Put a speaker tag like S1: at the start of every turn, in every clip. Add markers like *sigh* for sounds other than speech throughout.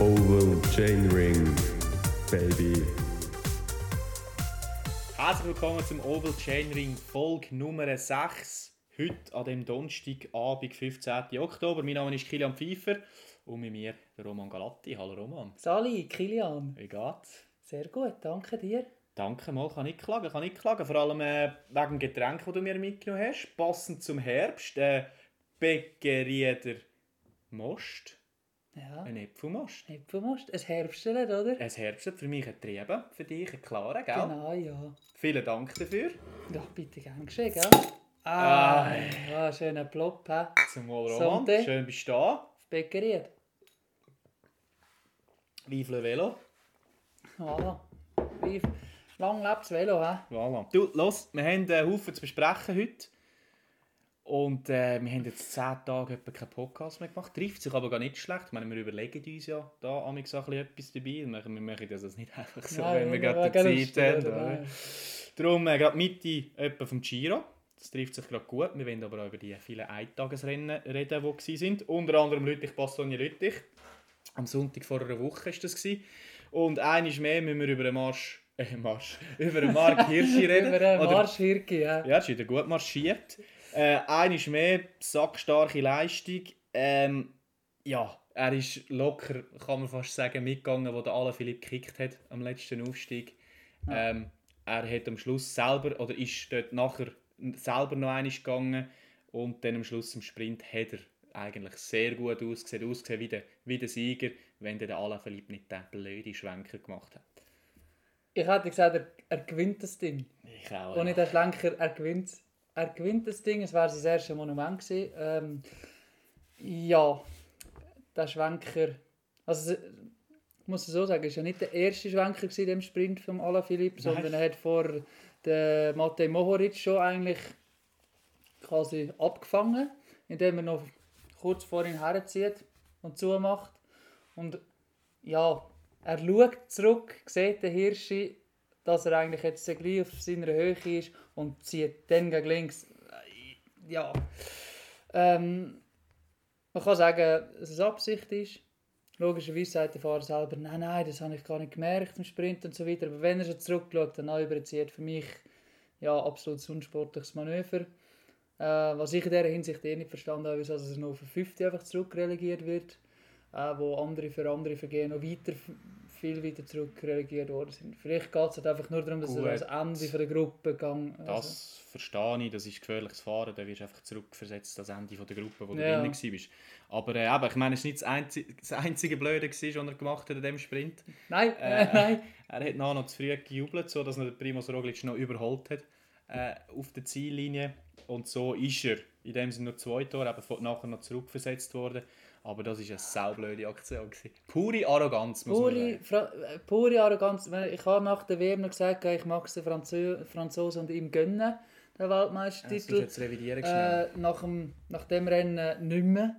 S1: Oval Chain Ring, baby.
S2: Herzlich willkommen zum Oval Chain Ring Folge Nummer 6. Heute an dem Donnerstagabend, 15. Oktober. Mein Name ist Kilian Pfeiffer und mit mir der Roman Galatti. Hallo Roman,
S3: Sali, Kilian,
S2: wie geht's?
S3: sehr gut, danke dir.
S2: Danke mal, kann ich klagen, kann ich klagen. Vor allem äh, wegen dem Getränk, das du mir mitgenommen hast. Passend zum Herbst, äh, Bäckerieder Most,
S3: Ja,
S2: ein Äpfelmost.
S3: Hüpfenmast, ein Herbstler, oder?
S2: Ein Herbst für mich ein Trieben, für dich ein Klaren, gell?
S3: Genau, ja.
S2: Vielen Dank dafür.
S3: Ja, bitte gern geschehen, gell? Ah,
S2: Ai.
S3: ja, schöner Plop, hä?
S2: Zumal Äh, Roman,
S3: Sonde.
S2: schön bist du da.
S3: Auf die Bäckerie.
S2: Vive le Velo.
S3: Voilà. Wie- Lang lebt's Velo, hä?
S2: Voilà. Du, los, wir haben einen Haufen zu besprechen heute. Und äh, wir haben jetzt 10 Tage etwa keinen Podcast mehr gemacht. Trifft sich aber gar nicht schlecht. Ich meine, wir überlegen uns ja da amigs auch ein bisschen etwas dabei. Und machen- Wir machen das jetzt nicht *laughs* einfach so,
S3: Nein,
S2: wenn wir gerade die
S3: Lust,
S2: Zeit haben.
S3: oder?
S2: oder?
S3: Nein.
S2: Darum äh, gerade Mitte etwa vom Giro. Das trifft sich gerade gut. Wir wollen aber auch über die vielen Eintagesrennen reden, die waren. Unter anderem Lüttich, Bastogne, Lüttich. Am Sonntag vor einer Woche war das. Gewesen. Und eines mehr müssen wir über den Marsch... Äh, Marsch... *laughs* Über den Mark
S3: *laughs*
S2: Hirschi reden.
S3: Über den
S2: Oder-
S3: Marsch Hirki, ja.
S2: Ja, ist wieder gut marschiert. Äh, eines mehr, sackstarke Leistung. Ähm, ja, er ist locker, kann man fast sagen, mitgegangen, wo der Alain Philipp gekickt hat am letzten Aufstieg. Ähm, er hat am Schluss selber, oder ist dort nachher selber noch einmal gegangen und dann am Schluss im Sprint hat er eigentlich sehr gut ausgesehen, ausgesehen wie der, wie der Sieger, wenn dann der Alain Philipp nicht den blöden Schwenker gemacht hat.
S3: Ich hätte gesagt, er, er gewinnt das Ding.
S2: Ich auch.
S3: Und nicht der Schlenker, er gewinnt, er gewinnt das Ding. Es war sein erstes Monument. Gewesen. Ähm, ja, der Schwenker. Also, es- ich muss es so sagen, es war ja nicht der erste Schwenker gewesen in dem Sprint von Alain Philipp, sondern er hat vor der Matej Mohoric schon eigentlich quasi abgefangen, indem er noch kurz vor ihn herzieht und zumacht. Und ja, er schaut zurück, sieht den Hirschi, dass er eigentlich jetzt gleich auf seiner Höhe ist und zieht dann gegen links. Ja. Ähm, man kann sagen, dass es Absicht ist. Logischerweise sagt der Fahrer selber, nein, nein, das habe ich gar nicht gemerkt im Sprint und so weiter. Aber wenn er schon zurückschaut, dann auch überzieht, für mich ja, absolut unsportliches Manöver. Äh, was ich in dieser Hinsicht eh nicht verstanden habe, ist, dass er nur auf 50 einfach zurückrelegiert wird äh, wo andere für andere Vergehen noch weiter, viel weiter zurückrelegiert worden sind. Vielleicht geht es halt einfach nur darum, dass
S2: Gut.
S3: er ans Ende von der Gruppe gegangen Also,
S2: Das verstehe ich, das ist gefährliches Fahren, da wirst du einfach zurückversetzt ans Ende von der Gruppe, wo du
S3: Ja.
S2: drin warst. Aber äh, eben, ich meine, es war nicht das einzige, das einzige Blöde, gewesen, was er gemacht hat in diesem Sprint.
S3: Nein,
S2: Äh,
S3: *laughs* nein.
S2: Er hat nachher noch zu früh gejubelt, sodass er den Primoz Roglic noch überholt hat äh, auf der Ziellinie. Und so ist er. In dem sind nur zwei Tore, eben von- nachher noch zurückversetzt worden. Aber das war eine saublöde Aktion. Gewesen. Pure Arroganz, muss man
S3: Pure,
S2: sagen.
S3: Fra äh, pure Arroganz. Weil Ich habe nach der WM noch gesagt, ich mag es den Franzö Franzosen und ihm gönnen,
S2: Das
S3: den Weltmeistertitel.
S2: jetzt revidieren schnell.
S3: äh, nach, dem, nach dem Rennen nicht mehr.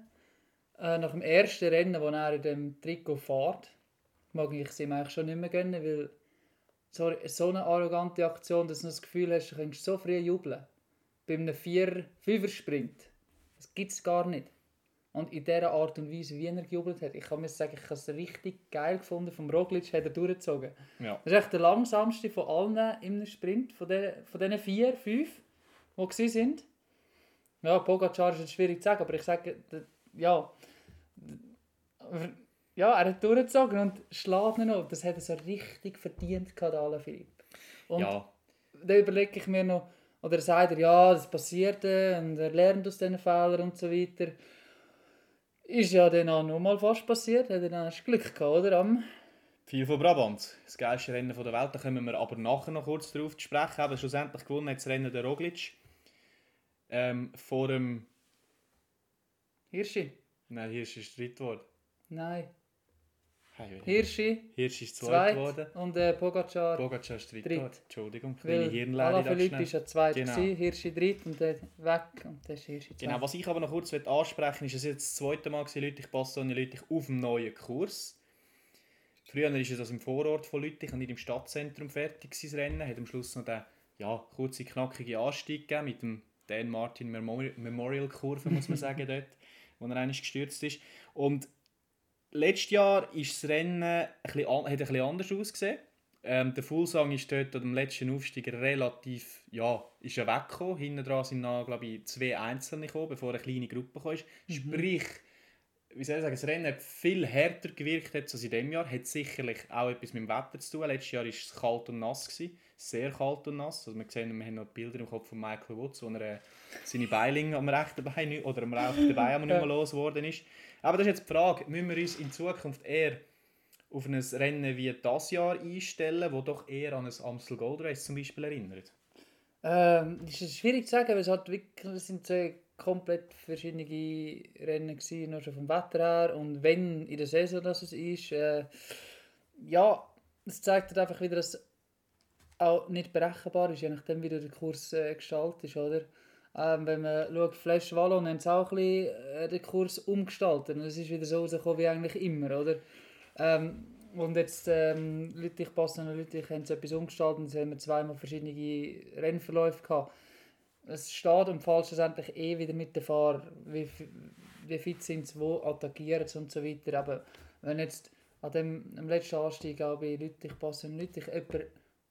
S3: Äh, nach dem ersten Rennen, wo er in dem Trikot fährt, mag ich es ihm eigentlich schon nicht mehr gönnen, weil so, so eine arrogante Aktion, dass du noch das Gefühl hast, du könntest so früh jubeln. Bei einem vier fünfer sprint Das gibt es gar nicht. Und in dieser Art und Weise, wie er gejubelt hat, ich kann mir sagen, ich habe es richtig geil gefunden. Vom Roglic hat er durchgezogen.
S2: Ja.
S3: Das ist echt der langsamste von allen im Sprint, von diesen, von diesen vier, fünf, die gsi sind. Ja, Pogacar ist jetzt schwierig zu sagen, aber ich sage, d- ja. D- aber- Ja, er hat durchgezogen und schlägt ihn noch. Das hat er so richtig verdient, gehabt, der Alain Philipp. Und
S2: ja,
S3: dann überlege ich mir noch, oder sagt er, ja, das passiert äh, und er lernt aus diesen Fehlern und so weiter. Ist ja dann auch noch mal fast passiert, hat er dann erst Glück gehabt, oder? Am
S2: Viel von Brabant, das geilste Rennen der Welt, da kommen wir aber nachher noch kurz drauf zu sprechen. Aber schlussendlich gewonnen hat das Rennen der Roglic. Ähm, vor dem...
S3: Hirschi?
S2: Nein, Hirsch ist dritt geworden.
S3: Nein.
S2: Hey,
S3: Hirschi?
S2: Hirsch ist zweit
S3: Zweit
S2: geworden.
S3: und äh, Pogacar.
S2: Pogacar ist dritt
S3: Dritt.
S2: geworden. Entschuldigung, kleine
S3: weil
S2: Hirnlehre
S3: Alain
S2: da
S3: Philippe
S2: schnell.
S3: ist ja zweit
S2: Genau.
S3: genau. Hirschi dritt und dann weg und dann ist Hirschi zweit.
S2: Genau, was ich aber noch kurz möchte ansprechen möchte, ist, es jetzt das zweite Mal, gewesen, Lüttich, Bastogne, Lüttich auf dem neuen Kurs. Früher war das im Vorort von Lüttich und nicht im Stadtzentrum fertig, gewesen, das Rennen. Hat am Schluss noch den ja, kurzen, knackigen Anstieg gegeben mit dem Dan Martin *laughs* Memorial Kurve, muss man sagen, dort, wo er eigentlich gestürzt ist. Und letztes Jahr ist das Rennen ein bisschen, an- hat ein bisschen anders ausgesehen. Ähm, der Fuglsang ist dort an dem letzten Aufstieg relativ, ja, ist ja weggekommen. Hinten dran sind noch, glaube ich, zwei Einzelne gekommen, bevor eine kleine Gruppe kam. Sprich, wie soll ich sagen, das Rennen hat viel härter gewirkt jetzt als in diesem Jahr. Hat sicherlich auch etwas mit dem Wetter zu tun. Letztes Jahr war es kalt und nass. Gewesen. Sehr kalt und nass. Also wir, sehen, wir haben noch Bilder im Kopf von Michael Woods, wo er äh, seine Beilinge am rechten Bein nicht- oder am rechten Bein aber nicht mehr los worden ist. Aber das ist jetzt die Frage, müssen wir uns in Zukunft eher auf ein Rennen wie das Jahr einstellen, wo doch eher an ein Amstel Gold Race zum Beispiel erinnert?
S3: Ähm, das ist schwierig zu sagen, weil es halt wirklich es sind zwei komplett verschiedene Rennen gewesen, nur schon vom Wetter her und wenn in der Saison das es ist. Äh, ja, es zeigt halt einfach wieder, dass es auch nicht berechenbar ist, je nachdem wie du den Kurs äh, gestaltet ist, oder? Ähm, wenn man schaut, Flash Wallon haben sie auch ein bisschen, äh, den Kurs umgestaltet und es ist wieder so rausgekommen wie eigentlich immer, oder? Ähm, und jetzt, ähm, Lüttich, Basel und Lüttich haben so etwas umgestaltet und jetzt haben wir zweimal verschiedene Rennverläufe gehabt. Es steht und fällt schlussendlich eh wieder mit den Fahrern, wie, f- wie fit sind sie, wo attackieren sie und so weiter. Aber wenn jetzt an dem am letzten Anstieg auch bei Lüttich, Basel und Lüttich jemand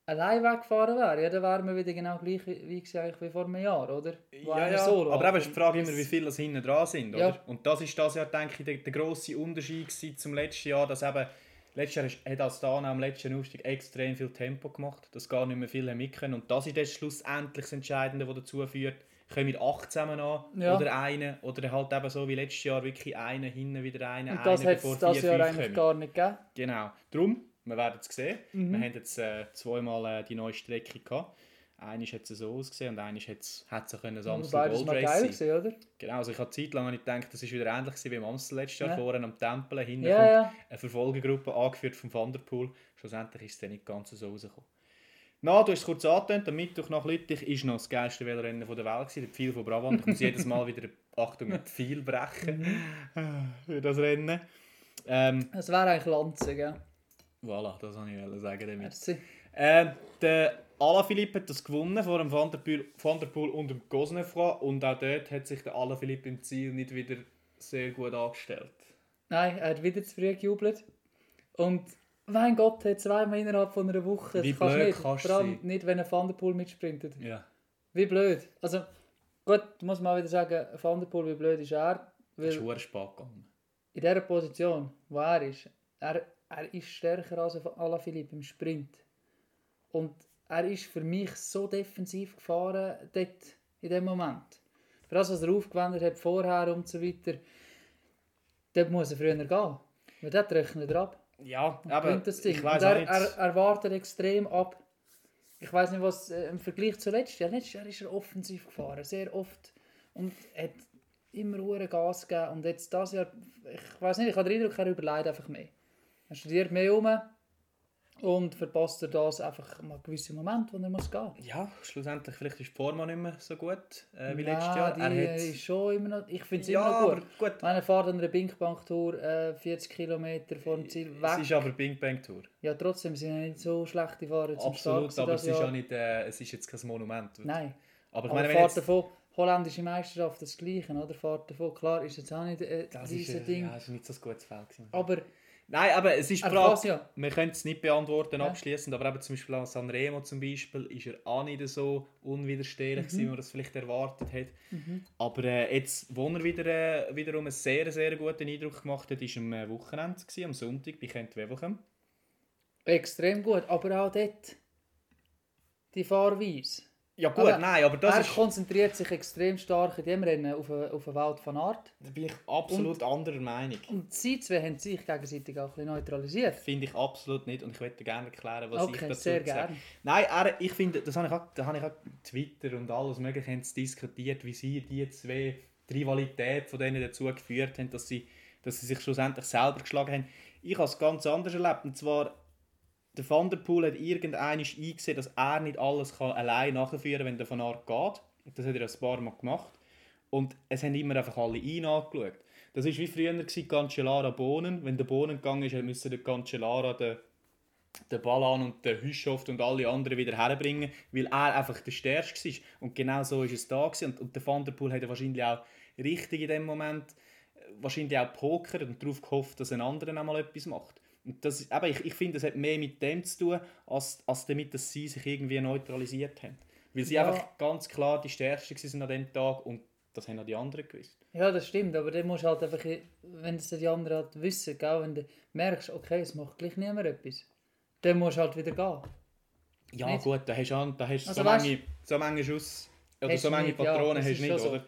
S3: allein weggefahren wäre, ja, dann wären wir wieder genau gleich wie, wie, gewesen eigentlich wie vor einem Jahr, oder? Wo einer solo
S2: aber eben ist die Frage
S3: anfängt.
S2: immer, wie viele das hinten dran sind,
S3: Ja.
S2: oder? Und das ist das Jahr, denke ich, der, der grosse Unterschied gewesen zum letzten Jahr, dass eben, letztes Jahr ist- hat Astana am letzten Aufstieg extrem viel Tempo gemacht, dass gar nicht mehr viele mitkommen und das ist jetzt schlussendlich das Entscheidende, was dazu führt, kommen wir acht zusammen an,
S3: Ja.
S2: oder einen, oder halt eben so wie letztes Jahr, wirklich einen, hinten wieder einen,
S3: Und das
S2: einen,
S3: hat es das Jahr eigentlich
S2: kommen.
S3: gar nicht gegeben.
S2: Genau. Drum, wir werden es sehen.
S3: Mhm.
S2: Wir haben jetzt äh, zweimal äh, die neue Strecke gehabt. Einmal hat es so ausgesehen und einmal hat es ein Amstel
S3: Beides
S2: Gold
S3: mal
S2: Race
S3: geil
S2: sein.
S3: gewesen, oder?
S2: Genau, also ich habe zeitlang habe ich gedacht, das ist wieder ähnlich gewesen wie im Amstel letztes Jahr.
S3: Ja.
S2: Vorne am Tempel, hinten
S3: Ja,
S2: kommt
S3: ja.
S2: eine Verfolgergruppe, angeführt von Van der Poel. Schlussendlich ist es dann nicht ganz so rausgekommen. Na, du hast es kurz angetönt, am Mittwoch nach Lüttich war noch das geilste Velorennen von der Welt, gewesen, der Pfeil von Brabant. Ich muss jedes Mal wieder,
S3: *laughs*
S2: Achtung, mit Pfeil brechen
S3: Mhm.
S2: für das Rennen. Ähm,
S3: Es wäre eigentlich Lanze, gell?
S2: voilà, das wollte ich wollen sagen damit.
S3: Merci.
S2: Ähm, der Alaphilippe hat das gewonnen vor dem Van der Poel, Van der Poel und dem Gosnefra und auch dort hat sich der Alaphilippe im Ziel nicht wieder sehr gut angestellt.
S3: Nein, er hat wieder zu früh gejubelt. Und mein Gott, er hat zweimal innerhalb von einer Woche.
S2: Wie
S3: Das kannst du
S2: blöd
S3: nicht.
S2: kannst du
S3: Vor allem
S2: sein.
S3: nicht, wenn ein Van der Poel mitsprintet.
S2: Ja.
S3: Wie blöd. Also, gut, du musst mal wieder sagen, Van der Poel, wie blöd ist er?
S2: Das ist
S3: Weil
S2: verdammt spät gegangen.
S3: in dieser Position, wo er ist, er, er ist stärker als Alaphilippe im Sprint. Und er ist für mich so defensiv gefahren dort, in dem Moment. Für das, was er aufgewendet hat vorher und so weiter, dort muss er früher gehen. Weil dort rechnet er ab.
S2: Ja,
S3: Aber
S2: aber
S3: das Ding.
S2: ich
S3: Und
S2: weiß
S3: er,
S2: auch nicht.
S3: er, er wartet extrem ab. Ich weiß nicht, was äh, im Vergleich zu letztes Jahr. Letztes Jahr ist er offensiv gefahren, sehr oft. Und hat immer hure Gas gegeben. Und jetzt das Jahr, ich weiß nicht, ich habe den Eindruck, er überlegt einfach mehr. Er studiert mehr um und verpasst er das einfach mal gewisse Momente, wo er muss gehen.
S2: ja, schlussendlich vielleicht ist die Form auch nicht mehr so gut äh, wie letztes
S3: Nein,
S2: Jahr.
S3: Die
S2: Er hat,
S3: ist schon immer noch, ich finde es
S2: ja,
S3: immer noch
S2: aber
S3: gut.
S2: gut.
S3: Wenn er fährt an einer Binkbank-Tour äh, 40 km vor dem Ziel
S2: Es
S3: weg.
S2: ist aber Bing Bang Tour.
S3: Ja, trotzdem sind ja nicht so schlechte Fahrer zum
S2: Absolut,
S3: Start
S2: aber es
S3: gewesen
S2: ist
S3: das
S2: ja
S3: Jahr.
S2: nicht, äh, es ist jetzt kein Monument.
S3: Nein,
S2: Aber ich
S3: aber
S2: meine, wenn
S3: fährt
S2: jetzt,
S3: davon, holländische Meisterschaft, das Gleiche, oder? Fährt davon, klar ist jetzt auch nicht äh,
S2: das ist,
S3: dieses
S2: äh,
S3: Ding,
S2: Ja, es ist nicht so ein gutes Feld gewesen.
S3: aber
S2: Nein, aber es ist die
S3: Aber
S2: Frage,
S3: was ja?
S2: wir können es nicht beantworten
S3: Ja.
S2: abschließend, aber eben zum Beispiel an Sanremo zum Beispiel ist er auch nicht so unwiderstehlich
S3: Mhm.
S2: gewesen, wie man das vielleicht erwartet hat. Aber äh, jetzt, wo er wieder, äh, wiederum einen sehr, sehr guten Eindruck gemacht hat, ist am äh, Wochenende, gewesen, am Sonntag bei Kent Wevelgem.
S3: extrem gut. Aber auch dort, die Fahrweise.
S2: Ja gut,
S3: Aber
S2: nein, aber das
S3: er
S2: ist,
S3: konzentriert sich extrem stark in dem Rennen auf eine, auf eine Welt von Art.
S2: da bin ich absolut anderer Meinung.
S3: Und sie zwei haben sich gegenseitig auch ein bisschen neutralisiert.
S2: Finde ich absolut nicht und ich möchte gerne erklären, was
S3: Okay,
S2: ich dazu
S3: sehr
S2: zu sagen-
S3: gerne.
S2: Nein, er, ich finde, das habe ich auch, da habe ich auch Twitter und alles mögliche haben es diskutiert, wie sie die zwei die Rivalität von denen dazu geführt haben, dass sie, dass sie sich schlussendlich selber geschlagen haben. Ich habe es ganz anders erlebt und zwar der Van der Poel hat irgendeinmal eingesehen, dass er nicht alles kann allein nachführen kann, wenn der Van Aert geht. Und Das hat er ein paar Mal gemacht. Und es haben immer einfach alle ihn angeschaut. Das war wie früher gewesen, Cancellara Bohnen. Wenn der Bohnen gegangen ist, musste der Cancellara den, den Ballan und den Hüschoft und alle anderen wieder herbringen, weil er einfach der Stärkste war. Und genau so ist es da. Gewesen. Und, und der Van der Poel hat ja wahrscheinlich auch richtig in dem Moment wahrscheinlich auch Poker und darauf gehofft, dass ein anderer einmal etwas macht. Und das, ist- eben, ich, ich finde, das hat mehr mit dem zu tun, als, als damit, dass sie sich irgendwie neutralisiert haben. Weil sie
S3: Ja.
S2: einfach ganz klar die Stärksten waren an dem Tag und das haben auch die anderen gewusst.
S3: Ja, das stimmt, aber dann musst du halt einfach, wenn es die anderen halt wissen, gell, wenn du merkst, okay, es macht gleich niemand etwas, dann musst du halt wieder gehen.
S2: Ja
S3: Nicht?
S2: gut, da hast du, an- da hast du
S3: Also
S2: so,
S3: weißt-
S2: viele, so viele Schuss oder
S3: Hast
S2: so
S3: du
S2: viele
S3: nicht, ja,
S2: Patronen
S3: das
S2: hast
S3: ist
S2: du nicht,
S3: schon so.
S2: oder?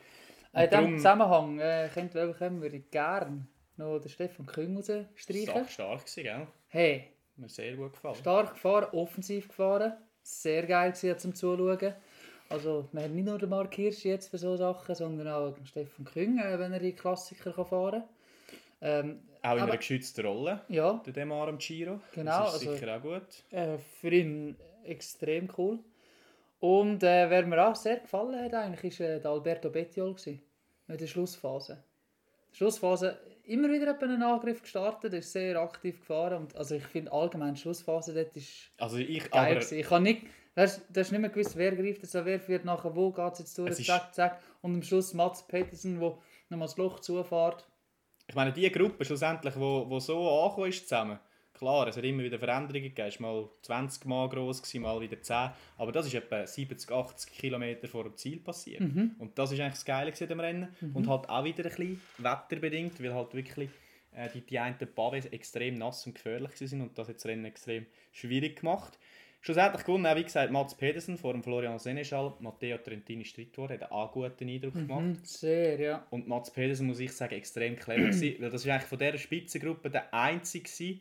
S3: Äh, in
S2: darum-
S3: diesem Zusammenhang äh, könnt ihr kommen, würde ich gerne noch den Stefan Küng rausstreichen.
S2: Stark, stark gewesen, gell?
S3: Hey,
S2: Mir sehr gut gefallen.
S3: stark gefahren, offensiv gefahren. Sehr geil gewesen, zum Zuschauen. Also, man hat nicht nur den Mark Hirsch jetzt für so Sachen, sondern auch den Stefan Küng, äh, wenn er die Klassiker kann fahren kann.
S2: Auch in
S3: aber-
S2: einer geschützten Rolle.
S3: Ähm, ja,
S2: Durch dem Arm Giro.
S3: Ah, Genau,
S2: Das ist
S3: also-
S2: sicher auch gut.
S3: äh, für ihn extrem cool. Und äh, wer mir auch sehr gefallen hat, eigentlich, war äh, der Alberto Bettiol gewesen, in der Schlussphase. Die Schlussphase immer wieder hat er einen Angriff gestartet, ist sehr aktiv gefahren. Und, also ich finde allgemein die Schlussphase dort ist
S2: Also ich,
S3: geil
S2: aber
S3: gewesen. Ich habe nicht, weißt, du hast nicht mehr gewusst, wer greift jetzt an, wer führt nachher, wo geht es jetzt durch,
S2: Es ist-
S3: zack, zack. Und am Schluss Mats Petersen, der nochmal das Loch zufährt.
S2: ich meine, die Gruppe schlussendlich, wo, wo so angekommen ist zusammen, klar, es hat immer wieder Veränderungen gegeben. Es war mal 20 Mal gross, gewesen, mal wieder 10. Aber das ist etwa 70, 80 Kilometer vor dem Ziel passiert. Und das ist eigentlich das Geile gewesen am Rennen. Und halt auch wieder ein bisschen wetterbedingt, weil halt wirklich äh, die, die einen Pavés extrem nass und gefährlich gewesen sind und das hat das Rennen extrem schwierig gemacht. Schlussendlich gewonnen auch, wie gesagt, Mats Pedersen vor dem Florian Seneschal. Matteo Trentini ist dritt geworden, hat auch einen guten Eindruck gemacht.
S3: Hm, Sehr, ja.
S2: Und Mats Pedersen, muss ich sagen, extrem
S3: *clears throat*
S2: clever gewesen, weil das war eigentlich von dieser Spitzengruppe der einzige gewesen,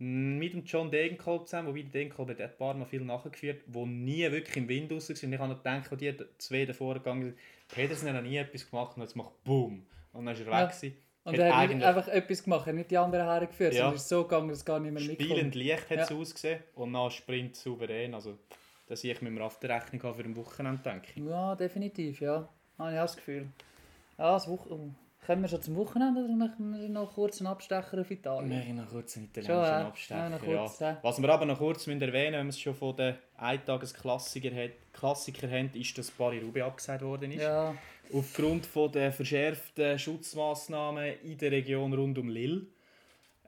S2: m, mit dem John Degenkolb zusammen, wobei der Degenkolb hat ein paar Mal viel nachgeführt, wo nie wirklich im Wind raus war. Und ich habe noch gedacht, als die d- zwei davor gegangen sind, Pedersen hat noch nie etwas gemacht und jetzt macht Boom. Und dann ist er
S3: Ja.
S2: weg gewesen.
S3: Und
S2: Hat
S3: er hat nicht
S2: eigentlich-
S3: einfach etwas gemacht, er hat nicht die anderen hergeführt,
S2: Ja.
S3: sondern es ist so gegangen, dass gar nicht mehr
S2: Spielend
S3: mitkommt.
S2: leicht hat es
S3: Ja.
S2: ausgesehen und dann Sprint souverän. Also, das sehe ich mit dem Raff der Rechnung haben für ein Wochenende, denke ich.
S3: Ja, definitiv, ja. Habe ich auch das Gefühl. Ja, das Woche... Oh. Kommen wir schon zum Wochenende oder machen wir noch kurz einen Abstecher auf Italien?
S2: Wir haben noch kurz einen
S3: Schon,
S2: italienischen
S3: ja.
S2: Abstecher.
S3: Ja, noch
S2: ja.
S3: kurz, äh. ja.
S2: Was wir aber noch kurz müssen erwähnen müssen, wenn wir es schon von den Eintagesklassiker hat- Klassiker haben, ist, dass Paris-Roubaix abgesagt worden ist.
S3: Ja,
S2: Aufgrund von der verschärften Schutzmaßnahmen in der Region rund um Lille.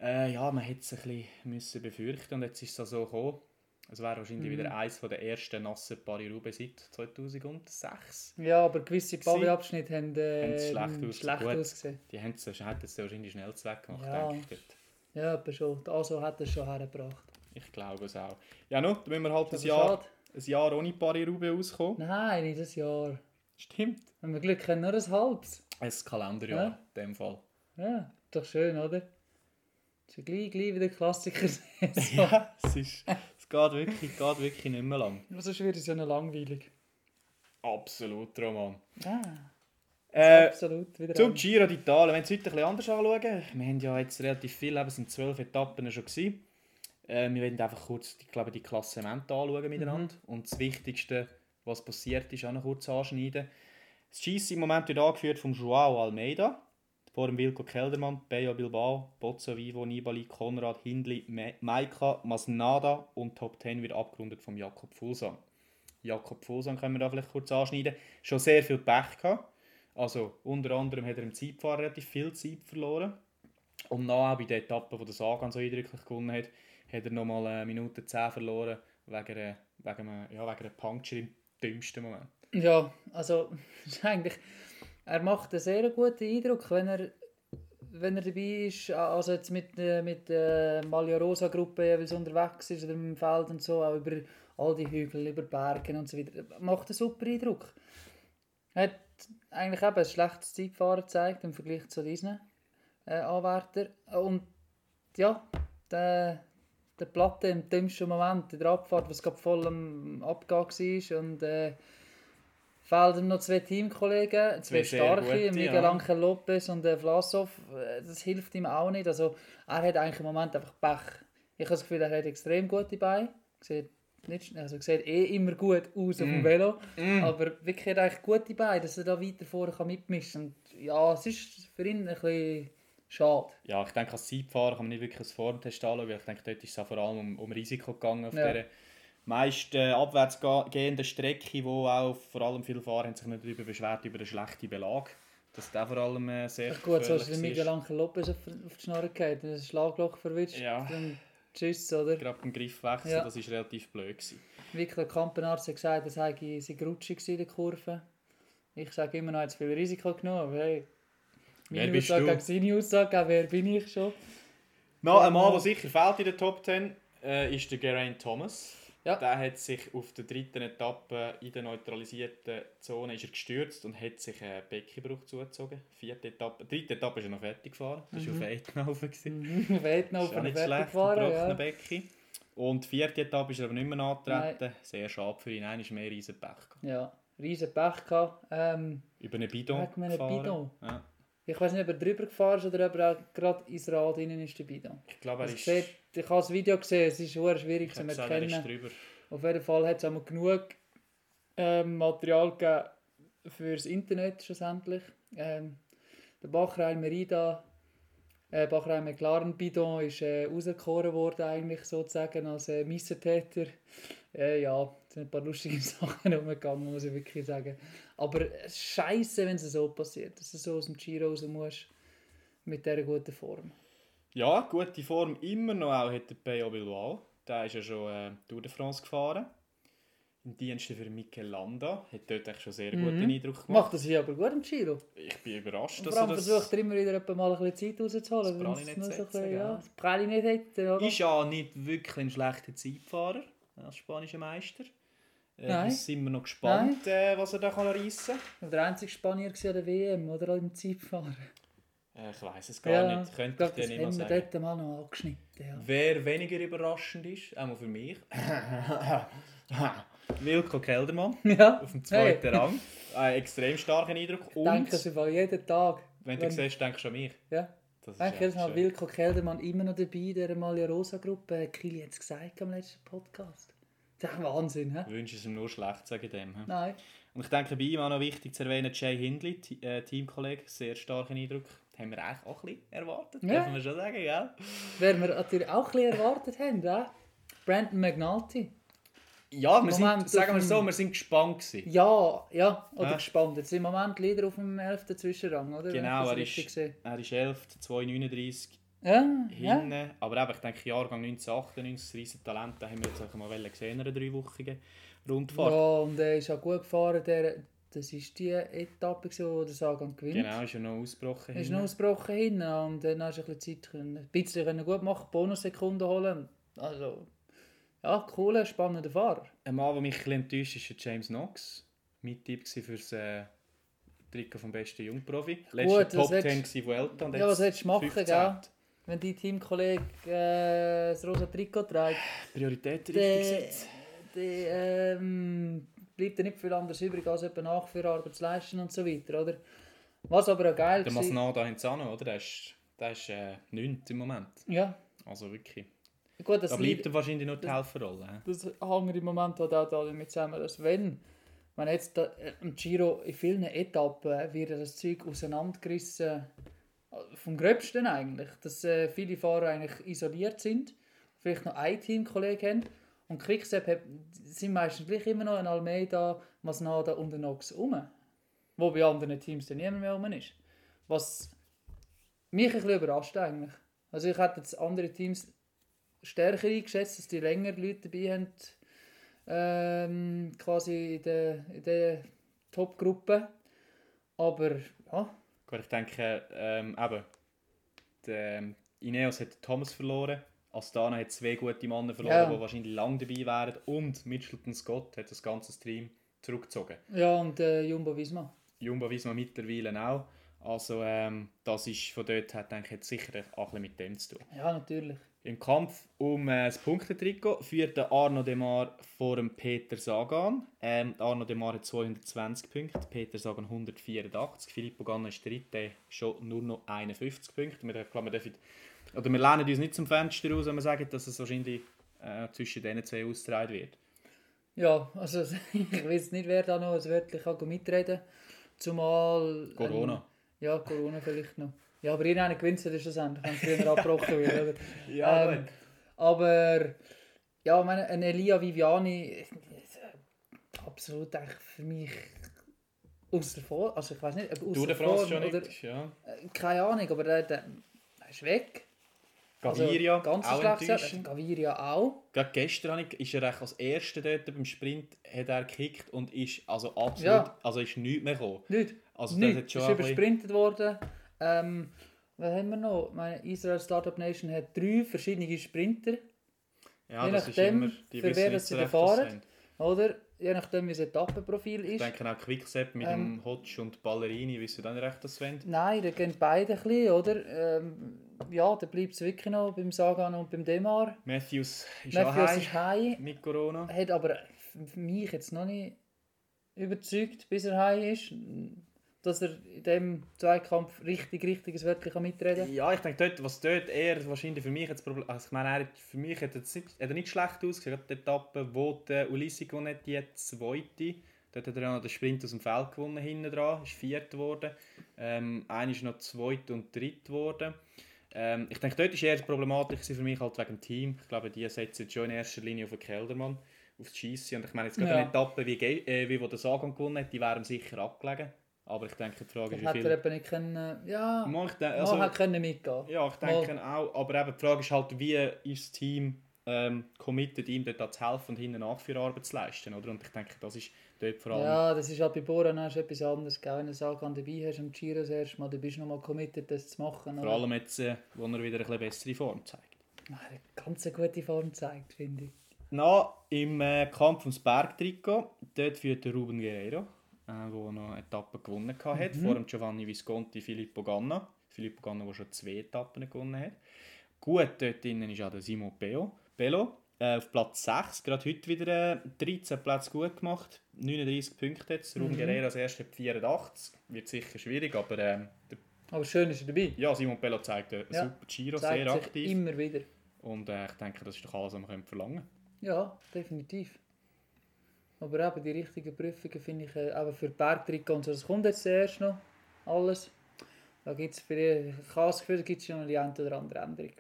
S2: Äh, ja, man hätte es ein bisschen müssen befürchten und jetzt ist es so gekommen. Es wäre wahrscheinlich
S3: Mhm.
S2: wieder eines der ersten nassen Paris-Roubaix seit 2006.
S3: ja aber gewisse
S2: Gewesen.
S3: Pavi-Abschnitte haben,
S2: Haben
S3: äh,
S2: es schlecht
S3: schlecht,
S2: ausgesehen. Gut.
S3: ausgesehen.
S2: Die haben es hätten es wahrscheinlich schnell zweckgemacht,
S3: Ja.
S2: denke ich. dort.
S3: Ja, aber schon. Also hat er es schon hergebracht.
S2: Ich glaube es auch. Ja, nun, da müssen wir halt ein
S3: Das
S2: Jahr,
S3: schade.
S2: ein Jahr ohne Paris-Roubaix auskommen.
S3: Nein, nicht ein Jahr.
S2: Stimmt.
S3: Wenn wir Glück haben, nur ein halbes.
S2: Ein Kalenderjahr
S3: Ja.
S2: in dem Fall.
S3: Ja, ist doch schön, oder? Ist ja gleich, gleich wieder Klassiker. *laughs*
S2: *laughs*
S3: ja.
S2: Ja, es, ist, es geht, wirklich, geht wirklich nicht mehr lang.
S3: Sonst wird es ja noch langweilig.
S2: Absolut, Roman.
S3: Ja,
S2: Äh,
S3: absolut. Wieder
S2: zum
S3: ein-
S2: Giro d'Italia, wenn wir es heute ein bisschen anders anschauen. Wir haben ja jetzt relativ viel, eben, es sind zwölf Etappen schon gewesen. Äh, wir werden einfach kurz ich glaube, die Klassemente anschauen miteinander.
S3: Mhm.
S2: Und das Wichtigste, was passiert ist, auch noch kurz anschneiden. Das Schießen im Moment wird angeführt von Joao Almeida, vor dem Wilco Keldermann, Bejo Bilbao, Bozzo Vivo, Nibali, Konrad, Hindli, Me- Maika, Masnada und Top 10 wird abgerundet von Jakob Fulsang. Jakob Fulsang können wir da vielleicht kurz anschneiden. Schon sehr viel Pech gehabt. Also unter anderem hat er im Zeitfahren relativ viel Zeit verloren. Und dann auch bei der Etappe, wo der Sagan so eindrücklich gewonnen hat, hat er nochmal eine Minute 10 verloren wegen, einer- wegen, einem, ja, wegen einer Puncture im dümmsten Moment.
S3: Ja, also *laughs* ist eigentlich, er macht einen sehr guten Eindruck, wenn er, wenn er dabei ist, also jetzt mit, äh, mit der Magliarosa-Gruppe jeweils unterwegs ist oder im Feld und so, auch über all die Hügel, über Bergen und so weiter, macht einen super Eindruck. Er hat eigentlich eben ein schlechtes Zeitfahren gezeigt im Vergleich zu diesen äh, Anwärtern und ja, der, der Platte im dümmsten Moment, in der Abfahrt, was gerade voll am Abgehen war und äh, Fehlten noch zwei Teamkollegen,
S2: Zwei
S3: zwei
S2: sehr
S3: starke,
S2: gute,
S3: Miguel
S2: ja.
S3: Angel Lopez und äh, Vlasov. Äh, Das hilft ihm auch nicht. Also, er hat eigentlich im Moment einfach Pech. Ich habe das Gefühl, er hat extrem gute Beine. Sieht, nicht, sch- also, sieht eh immer gut aus
S2: Mm.
S3: auf dem Velo. Aber wirklich hat er eigentlich gute Beine, dass er da weiter vorne kann mitmischen kann. Ja, es ist für ihn ein bisschen schade.
S2: Ja, ich denke, als Zeitfahrer kann man nicht wirklich ein Formtest anschauen, weil ich denke, dort ist es auch vor allem um, um Risiko gegangen auf
S3: Ja.
S2: dieser meist äh, abwärts ga- gehenden Strecke, wo auch vor allem viele Fahrer haben sich nicht darüber beschwert, über den schlechten Belag. Das ist auch vor allem äh, sehr
S3: Ach gut, sonst
S2: gefährlich
S3: ist Miguel Angel Lopez auf, auf die Schnarre gefallen, dann ist ein Schlagloch verwischt.
S2: Ja.
S3: Dann tschüss, oder?
S2: Gerade beim Griffwechsel,
S3: Ja.
S2: das war relativ blöd. Gewesen.
S3: Victor Kampenarzt hat gesagt, er sei, sei rutschig gewesen in der Kurve. Ich sage immer noch, er hat zu viel Risiko genommen, aber hey.
S2: Wer
S3: Meine
S2: bist
S3: Aussage
S2: du?
S3: gegen seine Aussage, auch wer bin ich *laughs* schon?
S2: Noch ein Mann, der sicher fehlt in der Top 10, äh, ist der Geraint Thomas.
S3: Ja.
S2: Der hat sich auf der dritten Etappe in der neutralisierten Zone ist er gestürzt und hat sich einen Beckenbruch zugezogen. Vierte Etappe, dritte Etappe ist er noch fertig gefahren. Das war auf Eitenhaufen. gewesen.
S3: Weit noch
S2: Ist
S3: auf
S2: auch
S3: einer
S2: nicht
S3: Wette
S2: schlecht, ein
S3: gefahren. Ja.
S2: gebrochener Becken. Und die vierte Etappe ist er aber nicht mehr angetreten. Sehr schade für ihn. Einer ist mehr riesen Pech gehabt.
S3: ja, riesen Pech gehabt. Ähm,
S2: Über einen Bidon
S3: Wegen einem
S2: gefahren.
S3: Bidon?
S2: Ja.
S3: ich weiß nicht, ob er drüber gefahren ist oder ob er auch gerade ins Rad rein ist dabei. Da.
S2: Ich glaube, er
S3: Also,
S2: ist,
S3: ich sehe- ich habe das Video gesehen, es ist sehr schwierig
S2: ich
S3: zu
S2: habe gesagt, er ist
S3: erkennen.
S2: drüber.
S3: Auf jeden Fall hat es einmal genug ähm, Material gegeben fürs Internet schlussendlich. Ähm, der Bachrein Merida, äh, Bachrein McLaren Bidon ist äh, auserkoren worden eigentlich sozusagen als äh, Missetäter. Äh, ja, es sind ein paar lustige *laughs* Sachen rumgegangen, muss ich wirklich sagen. Aber äh, scheiße, wenn es so passiert, dass du so aus dem Giro raus musst mit dieser guten Form.
S2: Ja, gute Form immer noch auch hat der Peyo Bilbao. Der ist ja schon äh, Tour de France gefahren. Im Dienste für Mikel Landa. Hat dort echt schon sehr guten Eindruck gemacht.
S3: Macht das hier aber gut im Giro.
S2: Ich bin überrascht,
S3: Und
S2: dass
S3: Mhm. vor
S2: er
S3: allem versucht
S2: das...
S3: er immer wieder etwa mal ein bisschen Zeit rauszuholen.
S2: Das
S3: wenn
S2: Pralli
S3: es
S2: nicht
S3: noch so ein
S2: setzen,
S3: bisschen,
S2: gell?
S3: ja, das Pralli nicht hätte. Oder?
S2: Ist ja nicht wirklich ein schlechter Zeitfahrer als spanischer Meister. Äh,
S3: Nein.
S2: wir sind immer noch gespannt, äh, was er da kann reissen
S3: War der einzige Spanier gewesen an der WM oder im Zeitfahren.
S2: kann. Äh, ich weiß es gar nicht. Könnte ich
S3: glaube,
S2: dir
S3: das
S2: nicht mal
S3: haben wir
S2: sagen.
S3: dort mal noch angeschnitten.
S2: *laughs*
S3: Ja.
S2: Wer weniger überraschend ist, auch mal für mich, *laughs* Wilko Keldermann
S3: ja.
S2: auf dem zweiten
S3: Hey,
S2: Rang. Ein extrem starker Eindruck.
S3: ich
S2: Und
S3: denke es über jeden Tag.
S2: wenn du siehst, denkst du an mich.
S3: Ja.
S2: Das ist
S3: Eigentlich jedes
S2: echt
S3: Mal
S2: schön.
S3: Wilko Keldermann immer noch dabei, in dieser Malia Rosa Gruppe. Hat Kili hat es gesagt am letzten Podcast. Das ist Wahnsinn, hä?
S2: Ich wünsche es ihm nur schlecht, sage ich dem. he?
S3: Nein.
S2: Und ich denke, bei ihm auch noch wichtig zu erwähnen, Jay Hindley, T- äh, Teamkollege, sehr starken Eindruck. Das haben wir eigentlich auch ein bisschen erwartet,
S3: Ja.
S2: dürfen wir schon sagen, gell?
S3: Wer wir natürlich auch ein bisschen erwartet haben, ja? Brandon McNulty.
S2: Ja, wir
S3: Moment,
S2: sind, sagen wir
S3: auf dem-
S2: so, wir sind gespannt gewesen.
S3: Ja, ja, oder
S2: Ja.
S3: gespannt. Jetzt im Moment Leader auf dem 11. Zwischenrang, oder? Wenn ich
S2: Genau,
S3: das
S2: er
S3: richtig
S2: ist,
S3: sehe.
S2: er ist 11, 239
S3: Ja, ja.
S2: hinten. Aber eben, ich denke, Jahrgang 1998, das riesen Talent, da haben wir jetzt auch mal wollen gesehen in einer dreiwöchigen Rundfahrt.
S3: ja, und er ist auch gut gefahren. Der, das war die Etappe, gewesen, wo der Sagan gewinnt.
S2: Genau, ist ja noch ausgebrochen.
S3: Er ist
S2: hinten.
S3: noch ausgebrochen hin und dann hast du ein bisschen Zeit können, ein bisschen können gut machen, Bonussekunden holen. Also, ja, cooler, spannender Fahrer.
S2: Ein Mann, der mich ein bisschen enttäuscht, ist der James Knox. Mein Tipp war für das äh, Trikot vom besten Jungprofi. Letzter
S3: was
S2: Top
S3: willst-
S2: 10 gewesen von Elton. und
S3: ja, was
S2: jetzt
S3: willst du machen,
S2: 15.
S3: gell? Wenn dein Teamkollege äh, das rosa Trikot trägt,
S2: Priorität richtig
S3: der,
S2: gesetzt.
S3: der, ähm, bleibt dir nicht viel anderes übrig, als eben Nachführarbeit zu leisten und so weiter, oder? Was aber auch geil
S2: Der
S3: war-
S2: Masnada Hinzano, oder? Der ist, der ist äh, 9 im Moment.
S3: Ja,
S2: Also wirklich.
S3: gut, das
S2: Da bleibt
S3: liegt
S2: ihm wahrscheinlich nur die Helferrolle. he?
S3: das hängt im Moment halt auch damit zusammen, dass wenn man jetzt da, äh, im Giro in vielen Etappen äh, wird ja das Zeug auseinandergerissen äh, vom Gröbsten eigentlich, dass äh, viele Fahrer eigentlich isoliert sind, vielleicht noch ein Teamkollege haben und Quickstep hat, sind meistens gleich immer noch ein Almeida, Masnada und ein Nox rum, wo bei anderen Teams dann niemand mehr rum ist. Was mich ein bisschen überrascht eigentlich. Also ich hätte jetzt andere Teams stärker eingeschätzt, dass die länger Leute dabei haben, ähm, quasi in der, in der Top-Gruppe. Aber ja,
S2: Gut, ich denke, ähm, eben, der, ähm, Ineos hat Thomas verloren. Astana hat zwei gute Männer verloren,
S3: Ja.
S2: die wahrscheinlich lang dabei wären. Und Mitchelton Scott hat das ganze Team zurückgezogen.
S3: ja und äh, Jumbo Visma.
S2: Jumbo Visma mittlerweile auch. Also ähm, das ist von dort her, denke ich, hat sicher auch ein bisschen mit dem zu tun.
S3: Ja, natürlich.
S2: Im Kampf um äh, das Punktetrikot führt der Arno Demar vor dem Peter Sagan. Ähm, der Arno Demar hat 220 Punkte, Peter Sagan 184, Filippo Ganna ist dritte, schon nur noch 51 Punkte. Wir, dürfen- klar, wir, dürfen, oder wir lernen uns nicht zum Fenster aus, wenn wir sagen, dass es wahrscheinlich äh, zwischen diesen zwei ausgetragen wird.
S3: Ja, also *laughs* ich weiß nicht, wer da noch als wörtlich kann mitreden kann. Zumal... ähm,
S2: Corona.
S3: ja, Corona vielleicht noch. Ja, aber ihr einen gewinnt das schlussendlich, wenn es früher abgebrochen wird, oder?
S2: *laughs* Ja,
S3: Ähm, aber ja, ich meine, ein Elia Viviani, äh, absolut eigentlich für mich Aus der Vor... Also ich weiß nicht, ob aus
S2: Tour de
S3: der
S2: France
S3: Form
S2: schon
S3: oder...
S2: nicht. Ja.
S3: Äh, Keine Ahnung, aber der, der, der ist weg. Also
S2: Gaviria,
S3: ganz
S2: auch
S3: schlechtes Jahr.
S2: enttäuschend.
S3: Gaviria auch.
S2: Gerade gestern habe ich- ist er eigentlich als Erster dort beim Sprint hat er gekickt und ist also absolut,
S3: Ja.
S2: also ist nichts mehr gekommen.
S3: Nicht.
S2: Also das hat
S3: Nicht.
S2: schon
S3: Ist
S2: ein bisschen-
S3: übersprintet worden. Ähm, was haben wir noch? Meine Israel Startup Nation hat drei verschiedene Sprinter.
S2: ja,
S3: je
S2: das
S3: nachdem,
S2: ist immer, die
S3: für
S2: wissen
S3: wer
S2: nicht
S3: das sie
S2: so recht,
S3: da
S2: was
S3: fahren.
S2: haben.
S3: Oder? Je nachdem, wie das Etappenprofil
S2: Ich
S3: ist.
S2: denke auch Quickstep mit
S3: Ähm.
S2: dem Hodge und Ballerini, wissen dann recht, das wollen.
S3: Nein, da gehen beide ein bisschen, oder? Ähm, ja, da bleibt es wirklich noch beim Sagan und beim Demar.
S2: Matthews ist auch
S3: Matthews
S2: heim
S3: ist heim,
S2: mit Corona.
S3: hat aber f- mich jetzt noch nicht überzeugt, bis er heim ist, dass er in diesem Zweikampf richtig, richtiges Wörtchen kann mitreden kann.
S2: Ja, ich denke, dort, was dort eher wahrscheinlich für mich jetzt Problem, also ich meine, er, hat- für mich hat er, jetzt nicht, hat er nicht schlecht ausgesehen, gerade die Etappe, wo der Ulissi gewonnen hat, die zweite, dort hat er ja noch den Sprint aus dem Feld gewonnen, hinten dran, ist viert geworden, ähm, einer ist noch zweit und dritt geworden. Ähm, ich denke, dort war eher die Problematik gewesen für mich halt wegen dem Team, ich glaube, die setzen jetzt schon in erster Linie auf den Keldermann, auf die Scheisse und ich meine, jetzt gerade
S3: Ja.
S2: eine Etappe, wie, Ge- äh, wie wo der Sagan gewonnen hat, die wären ihm sicher abgelegen, aber ich denke, die Frage ist,
S3: Hat
S2: wie
S3: er
S2: viel...
S3: eben nicht können, äh, ja,
S2: Mal, ich denke,
S3: also,
S2: also-
S3: man können mitgehen.
S2: ja, ich denke auch. Aber eben die Frage ist halt, wie ist das Team ähm, committed, ihm dort zu helfen und hinten nach für Arbeit zu leisten. Oder? Und ich denke, das ist dort vor allem.
S3: Ja, das ist halt bei Boran auch schon etwas anderes, gell? wenn du Sagan dabei hast am Giro das erste Mal, dann bist du nochmal committed, das zu machen.
S2: Vor
S3: oder?
S2: allem jetzt, äh, wo er wieder ein bisschen bessere Form zeigt.
S3: Er hat eine ganz gute Form gezeigt, finde ich.
S2: Noch im äh, Kampf ums Bergtrikot, dort führt der Ruben Guerrero, äh, wo noch eine Etappe gewonnen hat,
S3: Mhm.
S2: vor dem Giovanni Visconti Filippo Ganna. Filippo Ganna, der schon zwei Etappen gewonnen hat. Gut, dort drinnen ist auch der Simon Peo, Bello. Äh, auf Platz 6, gerade heute wieder äh, 13 Plätze gut gemacht, 39 Punkte jetzt.
S3: Mhm.
S2: Ruben Guerrero als erster hat 84, wird sicher schwierig, aber ähm, der,
S3: Aber schön ist er dabei.
S2: ja, Simon Bello zeigt einen
S3: Ja,
S2: super Giro,
S3: Zeigt
S2: sehr
S3: sich
S2: aktiv.
S3: immer wieder.
S2: Und äh, ich denke, das ist doch alles, was man verlangen können.
S3: Ja, definitiv. Aber eben die richtigen Prüfungen finde ich äh, eben für die Bergtricke und so. Das kommt jetzt erst noch alles. Da gibt's für die, ich habe das Gefühl, da gibt es schon noch die eine oder andere Änderung.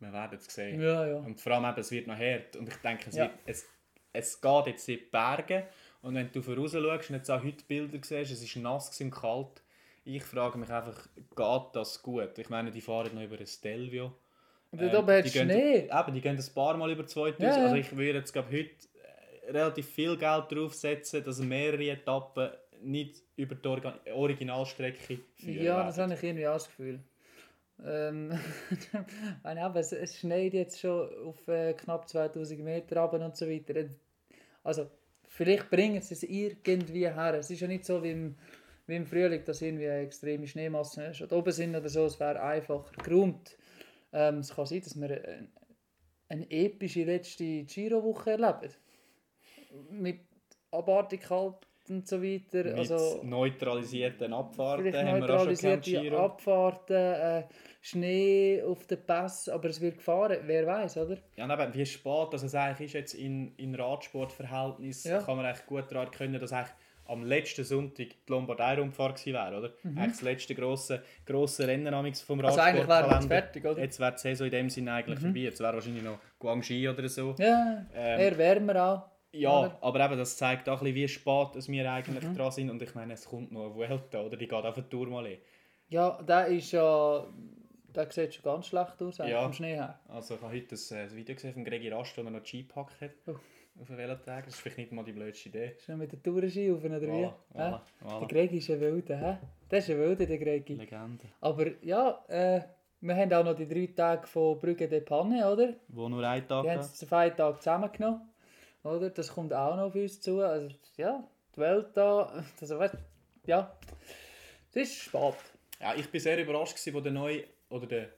S2: Wir werden es sehen.
S3: Ja, ja.
S2: Und vor allem eben, es wird noch hart. Und ich denke, es,
S3: Ja.
S2: wird, es, es geht jetzt in die Berge. Und wenn du voraus schaust und jetzt auch heute Bilder siehst, es ist nass gewesen und kalt. Ich frage mich einfach, geht das gut? Ich meine, die fahren noch über ein Stelvio. Äh,
S3: Und dort oben hat's
S2: eh, die gehen-
S3: Schnee.
S2: Eben, die gehen ein paar Mal über 2000.
S3: Ja, ja.
S2: Also ich würde jetzt glaub, heute äh, relativ viel Geld draufsetzen, dass mehrere Etappen nicht über die Organ Originalstrecke führen
S3: Ja,
S2: werden.
S3: das habe ich irgendwie auch das Gefühl. Ähm, *laughs* weil eben, es, es schneit jetzt schon auf äh, knapp 2000 Meter ab und so weiter. Also, vielleicht bringen sie es irgendwie her. Es ist ja nicht so wie im, wie im Frühling, dass irgendwie eine extreme Schneemasse ist. Oder oben sind oder so, es wäre einfacher geräumt. Ähm, es kann sein, dass wir eine, eine epische letzte Giro-Woche erleben. Mit abartig kalt und so weiter.
S2: Mit
S3: also,
S2: neutralisierten Abfahrten
S3: Vielleicht
S2: haben wir auch schon keinen
S3: neutralisierte
S2: Giro.
S3: Abfahrten, äh, Schnee auf den Pass, aber es wird gefahren, wer weiß, oder?
S2: Ja, und eben, wie spät das es eigentlich ist jetzt in, in Radsportverhältnis,
S3: Ja.
S2: kann man echt gut daran erkennen, dass eigentlich am letzten Sonntag die Lombardei-Rundfahrt gewesen wäre, oder? Eigentlich das letzte grosse, grosse Rennen amigs vom
S3: Mhm. Also eigentlich wäre
S2: Radsportkalender.
S3: jetzt fertig, oder? Mhm.
S2: Jetzt wäre die Saison in dem Sinne eigentlich vorbei. Jetzt wäre wahrscheinlich noch Guangxi oder so.
S3: Ja,
S2: Ähm,
S3: eher wärmer auch.
S2: Ja,
S3: Aber-
S2: aber eben, das zeigt auch ein bisschen, wie spät dass wir eigentlich
S3: Mhm.
S2: dran sind. Und ich meine, es kommt noch eine Vuelta, oder? Die geht auf den Tourmalet.
S3: Ja, der ist ja. Der sieht schon ganz schlecht aus, eigentlich
S2: Ja.
S3: vom Schnee her.
S2: Also ich habe heute ein, äh, ein Video gesehen von Gregi Rast, der noch Ski gepackt hat.
S3: Oh.
S2: Auf den Velotag. Das ist vielleicht nicht mal die blödste Idee.
S3: Schon mit der Tourenski rauf oder wie?
S2: Voilà, voilà,
S3: Hä? Der
S2: voilà.
S3: Gregi ist ein Wilder, hä? Der ist ein Wilder, der Gregi.
S2: Legende.
S3: Aber ja, äh, wir haben auch noch die drei Tage von Brügge de Panne, oder?
S2: Wo nur ein Tag
S3: Die haben es zu zwei Tagen zusammengenommen. Oder? Das kommt auch noch auf uns zu. Also, ja, die Welt da, also, weißt, ja, es ist spät.
S2: Ja, ich war sehr überrascht, gewesen, wo der neue oder der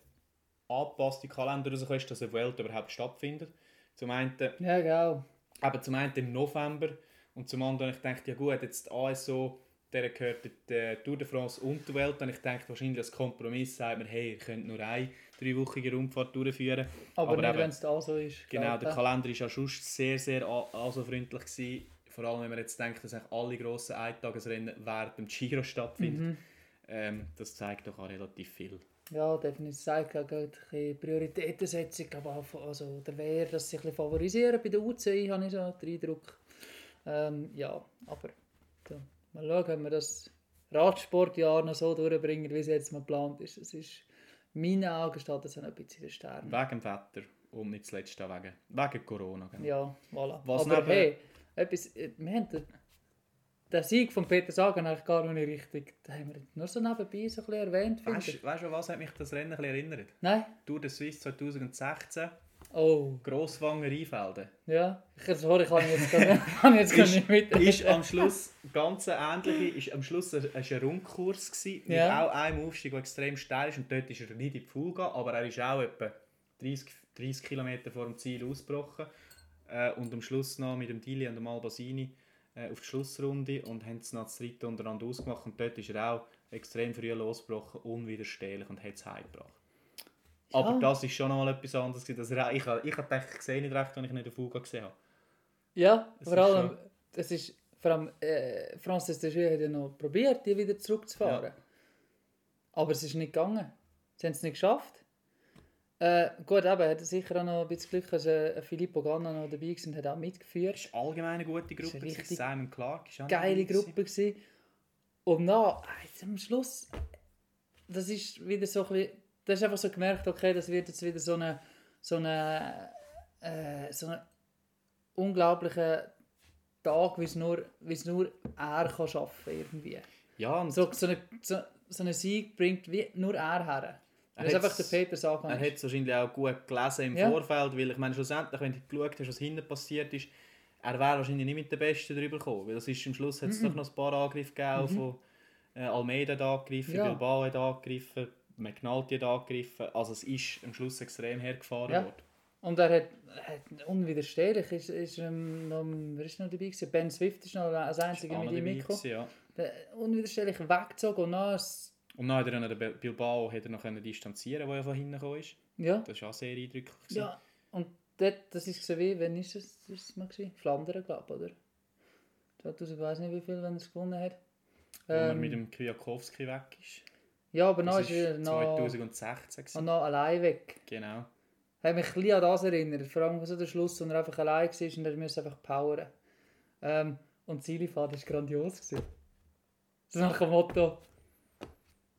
S2: angepasste Kalender rauskam, dass eine Welt überhaupt stattfindet. Zum einen,
S3: Ja, genau.
S2: eben zum einen im November und zum anderen, ich dachte, ja gut, jetzt die ASO, der gehört der Tour de France und die Welt. Und ich dachte, wahrscheinlich als Kompromiss sagt man, hey, ihr könnt nur eine dreiwöchige Rundfahrt durchführen.
S3: Aber, nicht,
S2: eben-
S3: wenn es da so ist.
S2: Genau, der
S3: Kalender.
S2: Kalender war ja sonst sehr, sehr a- ASO-freundlich. gewesen. Vor allem, wenn man jetzt denkt, dass eigentlich alle grossen Eintagesrennen während dem Giro stattfinden.
S3: Mhm.
S2: Ähm, das zeigt doch auch relativ viel.
S3: Ja, definitiv sagt auch gerade ein bisschen Prioritätensetzung, aber auch von, also, oder wer das sich ein bisschen favorisieren bei der UCI, habe ich so den Eindruck. Ähm, ja, aber da Mal schauen, ob wir das Radsportjahr noch so durchbringen, wie es jetzt mal geplant ist. Es ist meine Augen steht das noch ein bisschen für Stern.
S2: Wegen dem Wetter und nicht zuletzt auch wegen, wegen Corona. Genau.
S3: Ja, voilà.
S2: Was
S3: Aber
S2: neben-
S3: hey, etwas, äh, wir haben den, den Sieg von Peter Sagan eigentlich gar noch nicht richtig. Den haben wir nur so nebenbei so ein bisschen erwähnt, finde
S2: Weißt
S3: ich.
S2: weißt du, an was hat mich das Rennen ein bisschen erinnert?
S3: Nein?
S2: Tour de Suisse 2016,
S3: Oh,
S2: Grosswanger Einfelden.
S3: ja. Ich, sorry, ich kann jetzt gar nicht, *laughs* kann jetzt gar nicht mit.
S2: ist am Schluss ganz eine ähnliche, ist am Schluss ein, ist ein Rundkurs gewesen, mit
S3: Ja.
S2: auch einem Aufstieg, der extrem steil ist und dort ist er nicht in die Pool gegangen, aber er ist auch etwa 30, 30 Kilometer vor dem Ziel ausgebrochen äh, und am Schluss noch mit dem Dili und dem Albasini äh, auf die Schlussrunde und haben es nach das dritte untereinander ausgemacht und dort ist er auch extrem früh losgebrochen, unwiderstehlich und hat es heimgebracht. Aber das ist schon noch mal etwas anderes. gewesen, dass er auch- Ich, habe- ich habe gedacht, ich sehe nicht recht, wenn ich nicht den Fuga gesehen habe.
S3: Ja,
S2: Es
S3: vor
S2: ist
S3: allem,
S2: schon-
S3: es ist, vor allem äh, Francis de Jeu hat ja noch probiert, die wieder zurückzufahren. Aber es ist nicht gegangen. Sie haben es nicht geschafft. Äh, gut, eben, hat sicher auch noch ein bisschen Glück, dass äh, Filippo Ganna noch dabei war und hat auch mitgeführt.
S2: ist allgemein eine gute Gruppe.
S3: eine
S2: gewesen.
S3: richtig
S2: Simon Clark ist auch
S3: geile
S2: dabei gewesen.
S3: Gruppe gsi und dann jetzt am Schluss das ist wieder so ein bisschen, das ist einfach so gemerkt okay das wird jetzt wieder so eine so eine äh, so eine unglaubliche Tag wie es nur wie es nur er kann schaffen irgendwie
S2: Ja, und
S3: so so eine so, so eine Sieg bringt wie nur er her
S2: Er
S3: das ist
S2: hat's-
S3: einfach der Peter Sagan
S2: er hat es wahrscheinlich auch gut gelesen im
S3: Ja.
S2: Vorfeld, weil ich meine, schlussendlich, wenn du geschaut hast, was hinten passiert ist, er wäre wahrscheinlich nicht mit den Besten drüber gekommen. Weil das ist, am Schluss hat es
S3: Mhm.
S2: doch noch ein paar Angriffe gegeben, auch von äh, Almeida hat angegriffen,
S3: Ja.
S2: Bilbao hat angegriffen, McNulty hat angegriffen. Also es ist am Schluss extrem hergefahren
S3: Ja.
S2: worden.
S3: Und er hat, er hat unwiderstehlich, ist, ist, ähm, noch, wer ist noch dabei gewesen? Ben Swift ist noch als einziger
S2: Spannend Ah,
S3: mit ihm
S2: dabei
S3: mitgekommen.
S2: gewesen, ja.
S3: Der- unwiderstehlich weggezogen und dann ist-
S2: Und dann hat er noch den Bilbao hat er noch können distanzieren, der ja von hinten gekommen ist.
S3: ja,
S2: Das war auch sehr eindrücklich. gewesen.
S3: ja. Und dort, das ist so wie, wenn ist es, ist es mal gewesen? Flandern, glaube ich, oder? 2000, ich weiß nicht wie viel, wenn er es gewonnen hat.
S2: Wo er
S3: Ähm,
S2: mit dem Kwiatkowski weg ist.
S3: Ja, nou aber
S2: Das
S3: dann ist er
S2: ist
S3: noch,
S2: 2016 gewesen.
S3: und noch allein weg.
S2: Genau.
S3: hat mich ein bisschen an das erinnert. Vor allem so der Schluss, wo er einfach allein war und er musste einfach powern. Ähm, und die Zielfahrt war grandios. Gewesen. So nach dem Motto,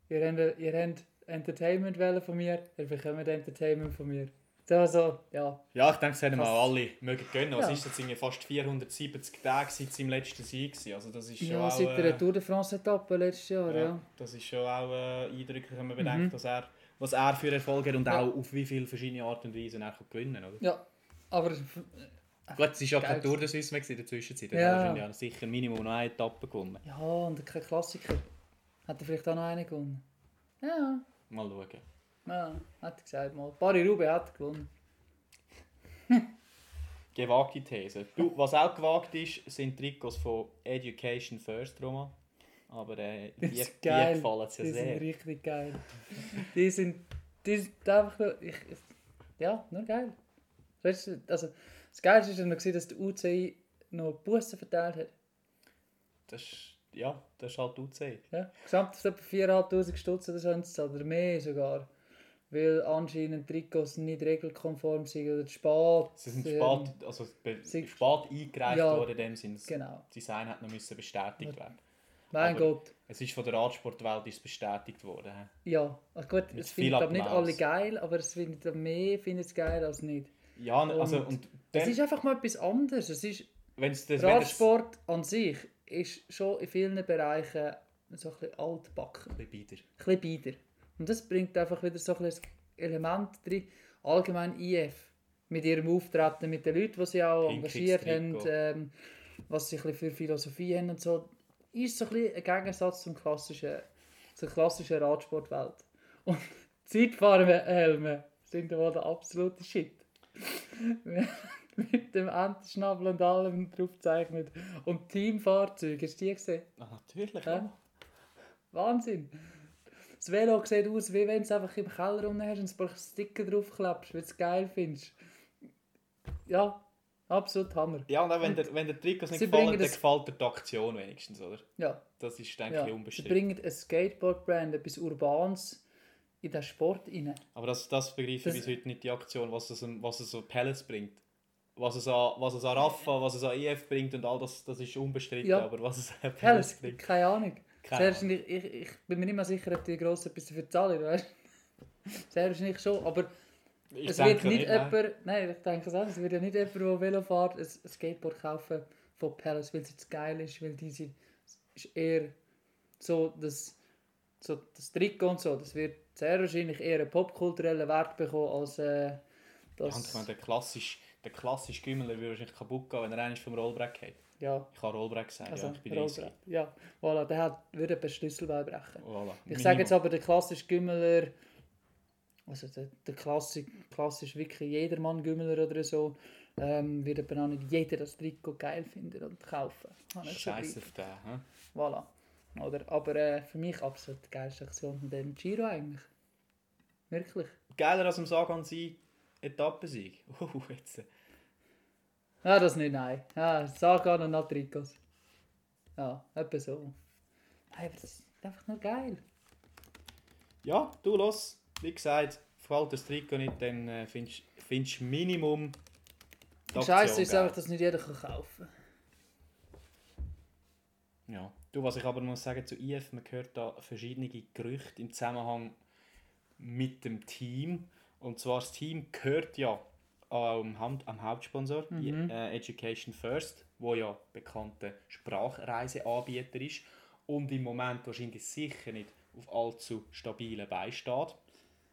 S3: ihr habt, ihr habt Entertainment wollen von mir, ihr bekommt Entertainment von mir. So, so, ja.
S2: Ja, ich denke, das hätten wir
S3: Krass.
S2: auch alle mögen gönnen. Was
S3: Ja.
S2: ist jetzt irgendwie fast 470 Tage seit seinem letzten Sieg gewesen. Also das ist schon
S3: Ja,
S2: auch...
S3: seit
S2: äh,
S3: der Tour de France-Etappe letztes Jahr, ja. Mhm.
S2: ja, das ist schon auch äh, eindrücklich, wenn man bedenkt, was, er, was er für Erfolg hat und
S3: Ja.
S2: auch auf wie viele verschiedene Art und Weise er kann gewinnen kann.
S3: Ja, aber
S2: Gut, es ist ja keine
S3: Geil.
S2: Tour de Suisse mehr gewesen in der Zwischenzeit.
S3: Ja.
S2: Ja. Er hat sicher Minimum noch eine Etappe gewonnen.
S3: ja, und kein Klassiker. Hat er vielleicht auch noch einen gewonnen? Ja,
S2: Mal schauen.
S3: ja hat er gesagt mal. Barry Rube hat gewonnen. *laughs*
S2: Gewagte These. Du, was auch gewagt ist, sind Trikots von Education First, Roman. Aber
S3: *laughs*
S2: äh, die, die gefallen es ja
S3: die
S2: sehr.
S3: sind richtig geil. Die sind, die sind einfach nur, ich, ich, ja, nur geil. Weißt du, Also, das Geilste war dann noch, gewesen, dass der UCI noch Bussen verteilt hat.
S2: Das ist, ja, das ist halt UC.
S3: Ja? Gesamt etwa 4'500 Stutz oder so haben sie gezahlt, oder mehr sogar. Weil anscheinend Trikots nicht regelkonform sind oder zu spät.
S2: Sie sind
S3: ähm,
S2: spät, also be-
S3: sie-
S2: spät eingereicht
S3: Ja,
S2: worden in dem Sinne. Das
S3: genau.
S2: Design hat noch müssen bestätigt werden.
S3: Mein
S2: aber-
S3: Gott,
S2: Es ist von der Radsportwelt ist es bestätigt worden. hä?
S3: ja. Ach gut,
S2: Mit
S3: es
S2: viel
S3: finden aber nicht
S2: Applaus.
S3: alle geil, aber es findet mehr findet es geil als nicht.
S2: Ja, n- also
S3: Und
S2: und
S3: Es
S2: dann,
S3: ist einfach mal etwas anderes. Es ist,
S2: wenn's das, wenn es
S3: Radsport an sich ist schon in vielen Bereichen so ein bisschen altbacken, ein
S2: wieder.
S3: bisschen bieder. Und das bringt einfach wieder so ein bisschen das Element drin. Allgemein IF mit ihrem Auftreten, mit den Leuten, die sie auch
S2: Pinkes
S3: engagiert haben,
S2: Trikot.
S3: ähm, was sie ein bisschen für Philosophie haben und so, ist so ein bisschen ein Gegensatz zum klassischen, zur klassischen Radsportwelt. Und *laughs* Zeitfahrerhelme sind wohl der absolute Shit. *laughs* mit dem Entenschnabel und allem draufgezeichnet. Und Teamfahrzeuge, hast du die gesehen?
S2: Ah, natürlich.
S3: Ja. Wahnsinn! Das Velo sieht aus, wie wenn du es einfach im Keller unten hast und ein paar Sticker draufklebst, weil du es geil findest. Ja, absolut Hammer.
S2: Ja, und auch wenn der, wenn der Trikots nicht
S3: Sie
S2: gefallen, dann
S3: bringen das-
S2: gefällt dir die Aktion wenigstens, oder?
S3: Ja,
S2: Das ist, denke
S3: ja.
S2: ich,
S3: Sie
S2: unbestritten.
S3: bringen ein Skateboard-Brand, etwas Urbanes in den Sport rein.
S2: Aber das, das begreife ich
S3: Das-
S2: bis heute nicht, die Aktion, was es, was es so Palace bringt. Was es, an, was es an Rafa, was es an IF bringt und all das, das ist unbestritten,
S3: Ja.
S2: aber was es an
S3: Hell,
S2: Perez
S3: es-
S2: bringt,
S3: keine Ahnung.
S2: keine
S3: Sehr
S2: Ahnung.
S3: wahrscheinlich, ich, ich bin mir nicht mal sicher, ob die gross etwas dafür zahlen, weißt du? Sehr wahrscheinlich schon, aber
S2: Ich
S3: es wird
S2: denke
S3: nicht
S2: nein.
S3: jemand, nein, ich denke es auch, es wird ja nicht jemand, der Velo fährt, ein Skateboard kaufen von Palace, weil es jetzt geil ist, weil die sind, es ist eher so das, so das Trikot und so, das wird sehr wahrscheinlich eher einen popkulturellen Wert bekommen, als äh,
S2: Ja, und ich meine,
S3: das,
S2: der klassische, der klassische Gümmeler würde wahrscheinlich kaputt gehen, wenn er eines vom Rollbrett geht.
S3: ja,
S2: Ich kann Rollbrett sagen,
S3: also,
S2: ja, ich bin
S3: Rollbrett.
S2: riesig.
S3: ja, voilà, der hat, würde etwa Schlüsselbein brechen.
S2: Voilà.
S3: Ich
S2: Minimum.
S3: sage jetzt aber, der klassische Gümmeler, also der, der klassisch, klassisch wirklich jedermann Gümmeler oder so, ähm, wird eben auch nicht jeder das Trikot geil finden und kaufen. Ich habe nicht so
S2: Scheiß
S3: lieb.
S2: auf den. hä?
S3: Voilà. Oder, aber äh, für mich absolut die geilste Aktion von dem Giro eigentlich. Wirklich.
S2: Geiler als im Sagan sein, Etappensieg. *laughs* Uh, jetzt.
S3: Ja, das nicht, nein. Ja, Sagan und noch Trikots. Ja, etwa so. Nein, aber das ist einfach nur geil.
S2: Ja, du los. Wie gesagt, gefällt dir das Trikot nicht, dann äh, findest findest du Minimum. die
S3: Scheiße
S2: Aktion
S3: ist
S2: geil.
S3: einfach, dass nicht jeder kann kaufen
S2: Ja. Du, was ich aber muss sagen zu IF, man hört da verschiedene Gerüchte im Zusammenhang mit dem Team. Und zwar das Team gehört ja am, Hand, am Hauptsponsor die,
S3: Mhm.
S2: äh, Education First, wo ja bekannter Sprachreiseanbieter ist und im Moment wahrscheinlich sicher nicht auf allzu stabilen Beinen steht.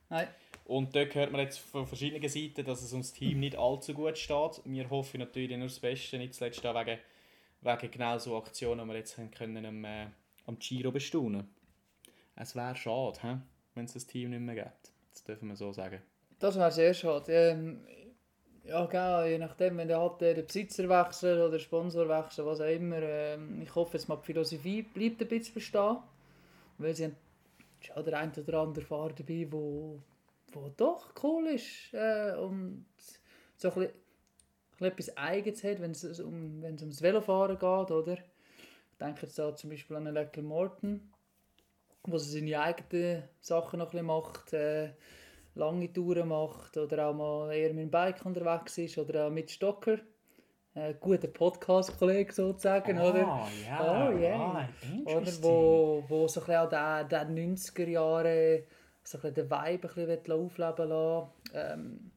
S3: Nein,
S2: Und dort hört man jetzt von verschiedenen Seiten, dass es uns Team nicht allzu gut steht. Wir hoffen natürlich nur das Beste, nicht zuletzt auch wegen, wegen genau so Aktionen, die wir jetzt haben können am, äh, am Giro bestaunen Es wäre schade, hä? wenn es das Team nicht mehr gibt. Das dürfen wir so sagen.
S3: Das wäre sehr schade. Ähm, ja, genau, je nachdem, wenn der halt äh, den Besitzer wechselt oder den Sponsor wechselt, was auch immer. Ähm, ich hoffe jetzt mal, die Philosophie bleibt ein bisschen bestehen. Weil sie haben ist auch der ein oder andere Fahrer dabei, wo, wo doch cool ist äh, und so ein bisschen, ein bisschen etwas Eigenes hat, wenn es um, wenn es ums Velofahren geht, oder? Ich denke jetzt da zum Beispiel an Lecker Morton, wo sie seine eigenen Sachen noch ein bisschen macht. Äh, lange Touren macht oder auch mal eher mit dem Bike unterwegs ist oder auch mit Stocker. Äh, guter Podcast-Kollege sozusagen, oder?
S2: ja.
S3: Genau Oh, yeah.
S2: right.
S3: Ah, Oder
S2: Interesting.
S3: wo, wo so ein bisschen auch der, der 90er Jahre so ein bisschen den Vibe ein bisschen will aufleben lassen ähm,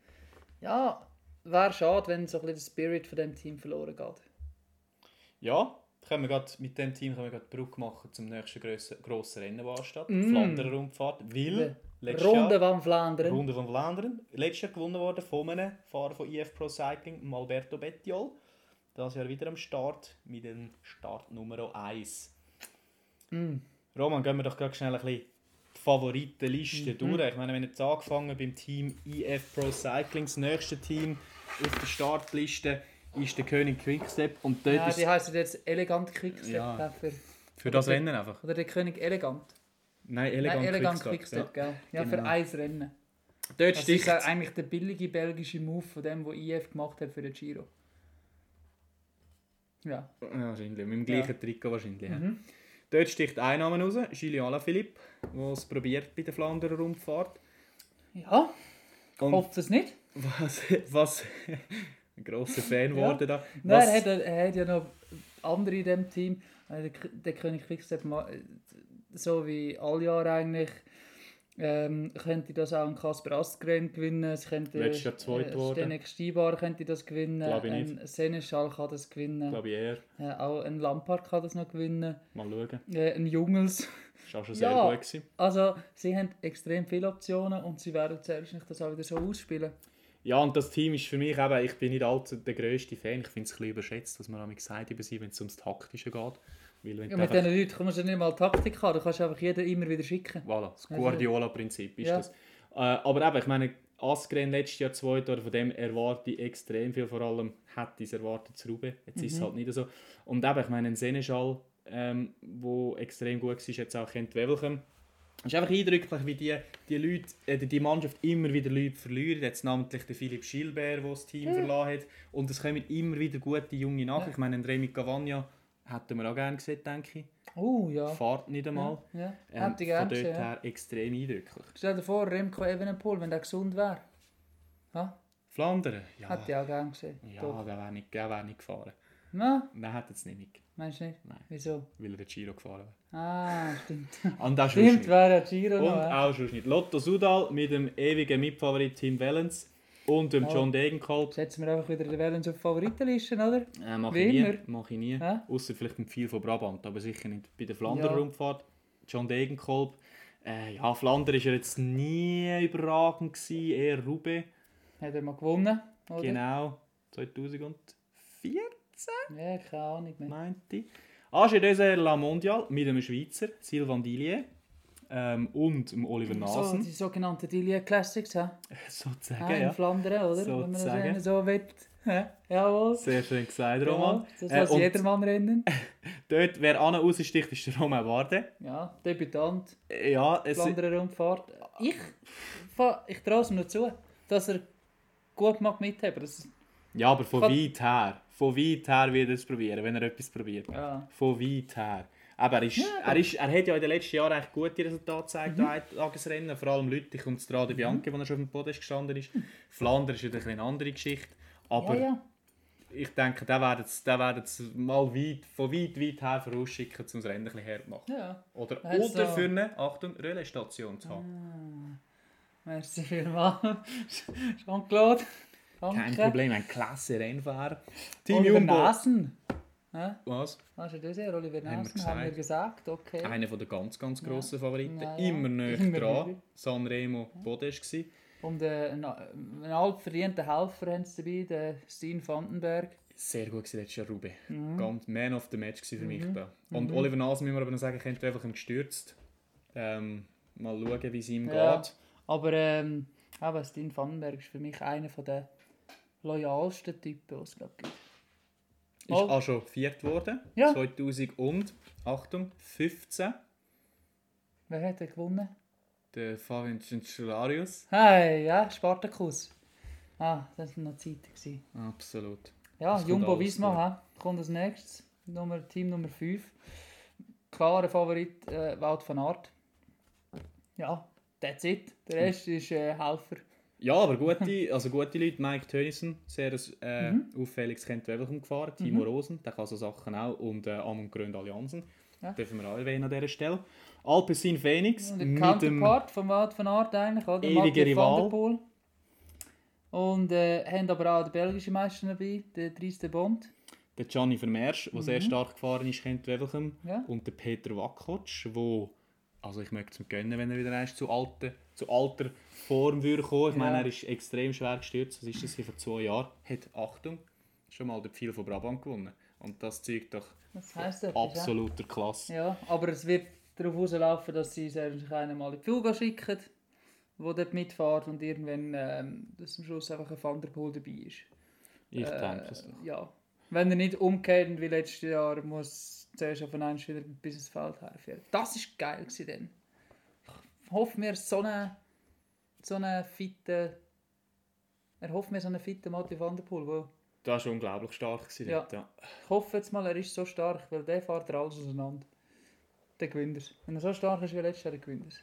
S3: Ja, wäre schade, wenn so ein bisschen der Spirit von dem Team verloren geht.
S2: Ja, können wir grad, mit dem Team können wir gerade Brücke machen zum nächsten grossen, grossen Rennen, das ansteht.
S3: Mm.
S2: Flandern-Rundfahrt. Weil, Hm? letztes Jahr-
S3: Runde van Vlaanderen.
S2: Runde von Flandern. Letztes Jahr gewonnen worden von einem Fahrer von IF Pro Cycling, dem Alberto Bettiol. Das Jahr wieder am Start mit dem Start Nummer 1.
S3: Mm.
S2: Roman, gehen wir doch gerade schnell ein bisschen die Favoritenliste
S3: Mhm.
S2: durch. Ich meine, wir haben jetzt angefangen beim Team IF Pro Cycling. Das nächste Team auf der Startliste ist der König Quickstep. Und dort
S3: Ja,
S2: ist
S3: die heißen jetzt Elegant Quickstep.
S2: Ja.
S3: Ja. Für,
S2: für das Rennen einfach.
S3: oder der König Elegant.
S2: Nein, elegant,
S3: Elegant, Nein, Elegant
S2: Quickstep.
S3: Quickstep,
S2: ja.
S3: gell? Ja,
S2: Genau.
S3: für ein Rennen.
S2: Dort
S3: Das ist
S2: sticht
S3: ja eigentlich der billige belgische Move von dem, was IF gemacht hat für den Giro. Ja.
S2: Ja, wahrscheinlich. Mit dem gleichen Trikot wahrscheinlich. ja.
S3: Mhm.
S2: Dort sticht ein Name raus, Gilles Alaphilippe, der es probiert bei der Flanderer Rundfahrt.
S3: Ja,
S2: Und
S3: hofft es nicht.
S2: was... was ein grosser Fan geworden da.
S3: Nein,
S2: Was,
S3: er hat, er hat ja noch andere in diesem Team. Äh, Der, K- der König Quickstep, ma- äh, so wie alle Jahre eigentlich, ähm, könnte das auch an Kasper Asgren gewinnen. Es könnte
S2: Letztes Jahr zweit geworden.
S3: Stenek eh, Stibar könnte das gewinnen.
S2: Glaub ich
S3: Ein Seneschal kann das gewinnen.
S2: glaube ich, eher.
S3: Äh, auch ein Lampard kann das noch gewinnen.
S2: Mal schauen.
S3: Äh, ein Jungels.
S2: Das war auch schon sehr
S3: Ja.
S2: gut. Gewesen.
S3: *laughs* Also, sie haben extrem viele Optionen und sie werden zuerst nicht das auch wieder so ausspielen.
S2: Ja, und das Team ist für mich eben, ich bin nicht allzu der grösste Fan. Ich finde es ein bisschen überschätzt, was man damit gesagt über sie, wenn es ums Taktische geht. Weil wenn
S3: Ja,
S2: du
S3: mit
S2: einfach-
S3: diesen Leuten kommst du nicht mal Taktik haben, du kannst einfach jeder immer wieder schicken.
S2: Voilà, das Guardiola-Prinzip ist
S3: Also- Ja.
S2: das. Äh, aber eben, ich meine, Askren letztes Jahr zweiter, oder von dem erwarte ich extrem viel, vor allem hätte ich es erwartet zu Ruben. Jetzt
S3: Mhm.
S2: ist es halt nicht so. Und eben, ich meine, ein Seneschal, ähm, wo extrem gut war, jetzt auch Kent Wevelchem. Es ist einfach eindrücklich, wie die, die Leute, äh, die Mannschaft immer wieder Leute verliert. Jetzt namentlich der Philipp Schilbert, der das Team verlassen hat. Und es kommen immer wieder gute junge nach. Ich meine, einen Remy Cavagna hätten wir auch gerne gesehen, denke ich.
S3: Oh ja.
S2: Fahrt nicht einmal.
S3: ja.
S2: Ähm,
S3: Hätte ich
S2: von dort
S3: gerne gesehen. ja.
S2: her extrem eindrücklich.
S3: Stell dir vor, Remco Evenepoel, wenn der gesund wäre. Ja?
S2: Flandern? Ja,
S3: Hätte ich auch gerne gesehen.
S2: ja
S3: Doch.
S2: der wäre nicht, der wär nicht gefahren.
S3: Na,
S2: Nein, hätte es nicht, nicht,
S3: meinst du nicht?
S2: Nein.
S3: Wieso?
S2: weil er den Giro gefahren wäre.
S3: Ah,
S2: *laughs*
S3: stimmt.
S2: Und auch sonst
S3: stimmt,
S2: nicht.
S3: wäre ja Giro
S2: Und
S3: noch. ja.
S2: auch sonst nicht. Lotto Sudal mit dem ewigen Mitfavorit Tim Wellens und dem
S3: Oh.
S2: John Degenkolb.
S3: Setzen wir einfach wieder den Valens auf Favoritenlisten, oder?
S2: Äh, mach
S3: Wie
S2: ich nie.
S3: immer.
S2: Mach ich nie.
S3: Hä?
S2: Außer vielleicht mit viel von Brabant, aber sicher nicht bei der
S3: Ja.
S2: Flandern-Rundfahrt. John Degenkolb. Äh, ja, Flandern war er jetzt nie überragend, gewesen, eher Roubaix.
S3: Hat er mal gewonnen, oder?
S2: Genau, 2004
S3: Ja, keine Ahnung mehr.
S2: meinte ich. Angers Désert Ah, La Mondial mit einem Schweizer, Sylvain Dillier ähm, und dem Oliver
S3: So,
S2: Nasen,
S3: die sogenannten Dilia Classics, hä?
S2: *laughs* sozusagen.
S3: Ah, in
S2: Ja.
S3: Flandern, oder?
S2: So
S3: Wenn man
S2: zu
S3: das
S2: sagen.
S3: eben so will. *laughs* Hä? Jawohl.
S2: Sehr schön gesagt,
S3: Jawohl,
S2: Roman.
S3: Das
S2: Äh,
S3: lässt
S2: und *laughs*
S3: jedermann rennen.
S2: dort, wer an raussticht, ist der Roman Warde.
S3: Ja, Debütant,
S2: Äh, Ja, es,
S3: Flandern-Rundfahrt. Ich, fa- ich traue es ihm noch zu, dass er gut mag mithaben. Das,
S2: ja aber von
S3: Kann-
S2: weit her. Von weit her wird er es probieren, wenn er etwas probiert.
S3: ja.
S2: Von weit her. Aber er, ist, er, ist, er hat ja in den letzten Jahren echt gute Resultate gezeigt, mhm. Eintagesrennen. Vor allem Leute, kommt Strade
S3: Mhm.
S2: Bianchi, wo er schon auf dem Podest gestanden ist. Flandern ist natürlich eine andere Geschichte. Aber
S3: ja, ja.
S2: ich denke, der werden sie den werden sie mal weit, von weit, weit her vorausschicken, um das Rennen ein bisschen herzumachen.
S3: ja.
S2: Oder,
S3: Also.
S2: oder für eine, Achtung, Relaisstation zu haben.
S3: Merci vielmals. *laughs* Jean-Claude. Ah. Danke.
S2: Kein Problem, ein klasse Rennfahrer. Team
S3: Oliver
S2: Jumbo.
S3: Nasen. Hä?
S2: Was?
S3: Hast du das ja, Oliver
S2: wir
S3: Nasen, haben wir gesagt. Okay.
S2: Einer der ganz, ganz grossen Favoriten.
S3: Ja, ja.
S2: Immer näher
S3: Immer
S2: dran.
S3: wieder.
S2: Sanremo Podest gewesen.
S3: Und äh, einen, einen altverdienten Helfer haben sie dabei, den Steen Vandenberg.
S2: sehr gut gewesen letztes Jahr, Ruben.
S3: Mhm.
S2: Ganz Man of the Match gewesen für mich da. Und Oliver Nasen, müssen wir aber noch sagen, kennt einfach im gestürzt. Ähm, mal schauen, wie es ihm
S3: Ja,
S2: geht.
S3: aber ähm, aber Steen Vandenberg ist für mich einer der loyalsten Typen, die es glaub, gibt. Oh,
S2: Ist
S3: Mal.
S2: auch schon viert geworden.
S3: Ja.
S2: 2000 und, Achtung, 15.
S3: Wer hat denn gewonnen?
S2: Der Fabian Cincelarius.
S3: Hey, ja, Spartacus. Ah, das waren noch Zeiten. gewesen.
S2: Absolut.
S3: Ja,
S2: Das kommt
S3: Jumbo
S2: alles
S3: Visma he, kommt als nächstes. Nummer, Team Nummer 5. Klarer Favorit äh, Wout van Aert. Ja, that's it. Der
S2: Hm.
S3: Rest ist äh, Helfer.
S2: Ja, aber
S3: Mhm.
S2: gute, also gute Leute. Mike Tönnissen, sehr äh, auffälliges Kentwevelchem gefahren.
S3: Mhm.
S2: Timo Rosen, der kann so Sachen auch. Und äh, Amund Grönd Alliansen.
S3: Ja.
S2: Dürfen wir auch erwähnen an dieser Stelle. Alpecin Phoenix
S3: Und der
S2: mit dem
S3: Counterpart von Wout van Aert eigentlich, oder?
S2: Ewiger
S3: Mathieu
S2: Rival.
S3: Van der Poel. Und äh, haben aber auch den belgischen Meister dabei, den Dries Bond.
S2: der Gianni Vermersch, der sehr stark gefahren ist, kennt Wevelchem.
S3: Mhm. Ja.
S2: Und der Peter Wakotsch, wo also ich möchte es ihm gönnen, wenn er wieder einst zu, alten, zu alter Form würde kommen. Ich meine,
S3: Ja.
S2: er ist extrem schwer gestürzt. Was ist das hier vor zwei Jahren? Hat, Achtung, schon mal den Pfeil von Brabant gewonnen. Und das zeigt doch
S3: Das heisst etwas, ja.
S2: absoluter Klasse.
S3: Ja, aber es wird darauf rauslaufen, dass sie sich einmal in die Fuga schicken, wo dort mitfährt und irgendwann, ähm, dass am Schluss einfach ein Van der Poel dabei ist.
S2: Ich
S3: Äh,
S2: denke es.
S3: Ja. Wenn er nicht umkehrt wie letztes Jahr, muss zuerst auf einen wieder bis ins Feld herführen. Das war geil gewesen dann. Ich hoffe mir so einen, so einen fitten, er hofft mir so einen fitten Mathieu van der Poel, wo
S2: Das war unglaublich stark. Gewesen,
S3: Ja.
S2: dort, ja.
S3: ich hoffe jetzt mal, er ist so stark, weil der fährt er alles auseinander. Dann gewinnt er es. Wenn er so stark ist wie letztes Jahr, dann gewinnt er es.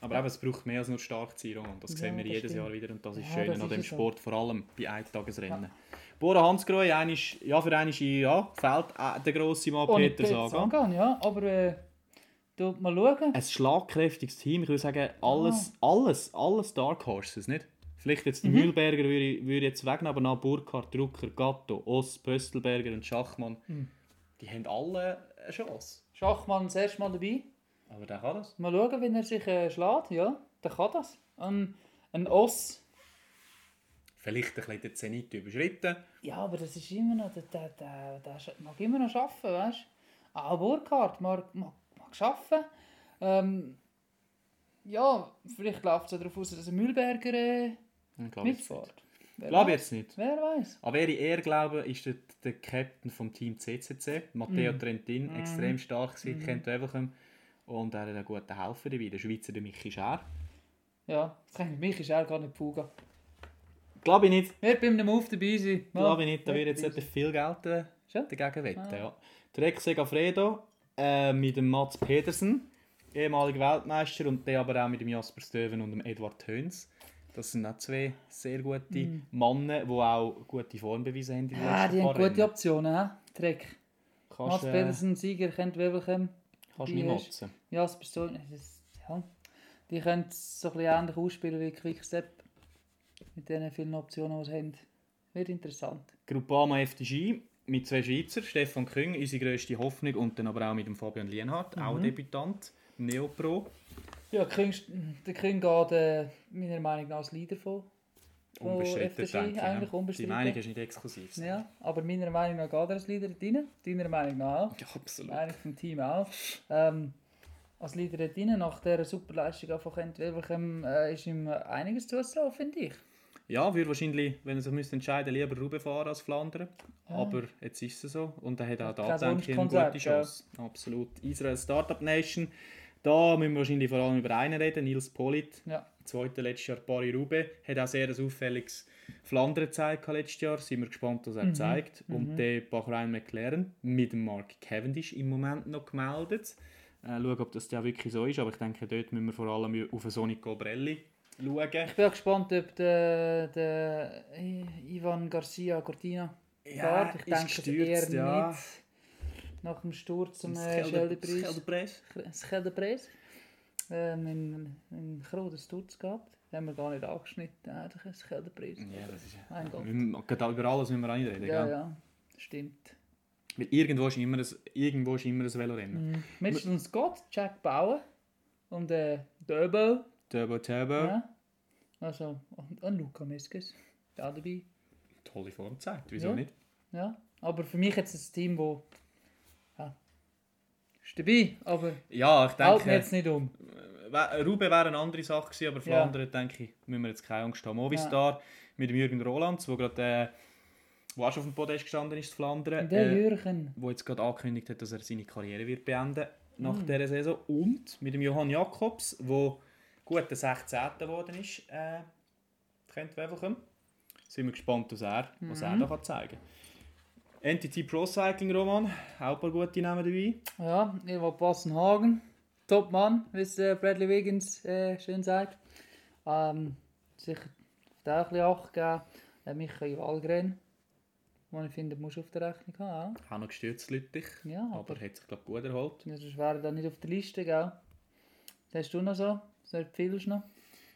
S2: Aber eben, es braucht mehr als nur stark zu sein, Roman. Das
S3: Ja,
S2: sehen wir
S3: das
S2: jedes
S3: stimmt.
S2: Jahr wieder und das ist
S3: Ja,
S2: schön
S3: das
S2: an
S3: ist
S2: dem
S3: so.
S2: Sport, vor allem bei Eintagesrennen. Bora Hansgrohe, einisch, ja, für einen ja, gefällt äh, der grosse Mann
S3: Ohne
S2: Peter Sagan.
S3: Sagan, ja, aber äh, du, mal schauen.
S2: Ein schlagkräftiges Team, ich würde sagen, alles,
S3: Ah.
S2: alles, alles Dark Horses, nicht? Vielleicht jetzt die
S3: Mhm.
S2: Mühlberger würde ich, würde ich jetzt wegnehmen, aber nach Burkhardt, Drucker, Gatto, Oss, Pöstelberger und Schachmann,
S3: Hm.
S2: die haben alle eine Chance.
S3: Schachmann das erste Mal dabei.
S2: Aber der kann das.
S3: Mal schauen, wenn er sich äh, schlägt, ja, dann kann das. Ein, ein Oss,
S2: Vielleicht ein bisschen den Zenit überschritten.
S3: ja, aber das ist immer noch, der, der, der, der sch- mag immer noch arbeiten, weißt du. Auch Burkhardt mag, mag, mag arbeiten. Ähm, ja, vielleicht läuft es ja darauf aus, dass ein Mühlberger äh,
S2: Ich glaube jetzt nicht.
S3: mitfährt. Wer
S2: Glaube
S3: weiß?
S2: jetzt nicht.
S3: Wer weiß?
S2: An wer ich eher glaube, ist der, der Captain vom Team CCC, Matteo
S3: Mhm.
S2: Trentin, extrem stark gewesen, kennt Wevelchem. Und er hat einen guten Helfer dabei, der Schweizer der Michi Schär.
S3: Ja, das kann- mich ist er gar nicht Puga.
S2: Glaube ich nicht,
S3: Wird bei einem Move dabei sein. Ja,
S2: glaube ich nicht, da
S3: wird
S2: wird jetzt
S3: dabei
S2: etwas viel Geld äh,
S3: Schon?
S2: dagegen wetten. Ja. Der Ex Segafredo äh, mit dem Mats Pedersen, ehemaliger Weltmeister, und der aber auch mit dem Jasper Stöven und dem Eduard Höns. Das sind auch zwei sehr gute Männer, die auch gute Formbeweise haben. in den
S3: Mhm.
S2: letzten
S3: Ja, Ah, die haben
S2: paar
S3: gute
S2: Rennen.
S3: Optionen, hä? Dreck. Mats
S2: Kannst, äh,
S3: Pedersen, Sieger, kennt Webelchem.
S2: kannst
S3: die
S2: nicht
S3: ist-
S2: motzen.
S3: Jasper Stone. es ist- Ja. Die können es so ein bisschen ähnlich ausspielen wie Quickstep. Mit diesen vielen Optionen, die sie haben. Wird interessant.
S2: Gruppama FDG mit zwei Schweizer, Stefan Küng, unsere grösste Hoffnung, und dann aber auch mit dem Fabian
S3: Mhm.
S2: Lienhardt, auch Debütant, Neopro.
S3: Ja, King, der King geht äh, meiner Meinung nach als Leader von. Von
S2: Unbestritten,
S3: FDG,
S2: denke ich.
S3: eigentlich
S2: ja. Die
S3: unbestritten.
S2: Meinung ist nicht exklusiv.
S3: Ja, aber meiner Meinung nach geht er als Leader rein. Deiner Meinung nach auch.
S2: Ja, absolut.
S3: Meinung vom Team auch. Ähm, als Leader dort rein, nach dieser Superleistung von Kent Wilberchem, äh, ist ihm einiges zuzutrauen, finde ich.
S2: Ja, würde wahrscheinlich, wenn er sich müsste entscheiden lieber Ruben fahren als Flandern. Aber jetzt ist es so. Und er hat auch
S3: Ah. kein
S2: da, denke ich, eine
S3: Wunschkonzert,
S2: gute Chance. Absolut. Israel Startup Nation. Da müssen wir wahrscheinlich vor allem über einen reden, Nils Polit.
S3: Ja.
S2: Zweite letztes Jahr Pari Rube. Hat auch sehr ein auffälliges Flandern gezeigt letztes Jahr. Sind wir gespannt, was er zeigt. Und der Bahrain McLaren mit dem Mark Cavendish im Moment noch gemeldet. Äh, schauen, ob das ja wirklich so ist. Aber ich denke, dort müssen wir vor allem auf Sonic Cobrelli schauen.
S3: Ich bin auch gespannt, ob der, der I- Ivan Garcia Cortina
S2: Ja,
S3: Ich
S2: ist
S3: denke es
S2: gestürzt,
S3: eher
S2: ja.
S3: nicht. Nach dem Sturz zum äh, Scheldenpreis. Scheldenpreis. Ähm, in, in grote Sturz gehabt. Haben wir gar nicht angeschnitten. Ah, der Scheldenpreis.
S2: Ja, das ist
S3: Mein Gott.
S2: ja. Über alles müssen wir auch nicht reden.
S3: Ja,
S2: gell?
S3: ja. Stimmt.
S2: Weil irgendwo ist immer ein, irgendwo ist immer ein Velorennen.
S3: Mhm. Mitchell Scott, Jack Bauer und äh, Döbel.
S2: Turbo Turbo,
S3: Ja. Also, und, und Luca Miskes. Ja, dabei.
S2: tolle Form zeigt, wieso
S3: Ja.
S2: nicht?
S3: Ja. Aber für mich jetzt ein Team, wo. Ja. Ist dabei, aber
S2: Ja, ich
S3: haut mich
S2: denke,
S3: jetzt nicht um.
S2: we- Ruben wäre eine andere Sache gewesen, aber
S3: Ja.
S2: Flandern, denke ich, müssen wir jetzt keine Angst haben. Movistar mit dem Jürgen Rolands, der gerade äh, wo auch schon auf dem Podest gestanden ist, zu Flandern.
S3: Der
S2: äh,
S3: Jürgen.
S2: wo jetzt gerade angekündigt hat, dass er seine Karriere wird beenden nach
S3: Mhm.
S2: dieser Saison. Und mit dem Johann Jakobs, wo gut der 16. geworden ist, äh, könnte Wevelchem. Sind wir gespannt, was er, was
S3: Mhm.
S2: er da kann zeigen kann. NTT Pro Cycling Roman, auch ein paar gute Namen dabei.
S3: Ja, ich war Passenhagen. Topmann, wie es äh, Bradley Wiggins äh, schön sagt. Ähm, sicher da ein bisschen Acht geben. Äh, Michael Walgren. Den ich finde, muss auf der Rechnung haben.
S2: Auch noch gestürzt, Lüttich.
S3: Ja,
S2: aber,
S3: aber-
S2: hat sich, glaube ich, gut erholt.
S3: Ja, sonst wäre er dann nicht auf der Liste, gell? Das hast du noch so. Das fehlt noch.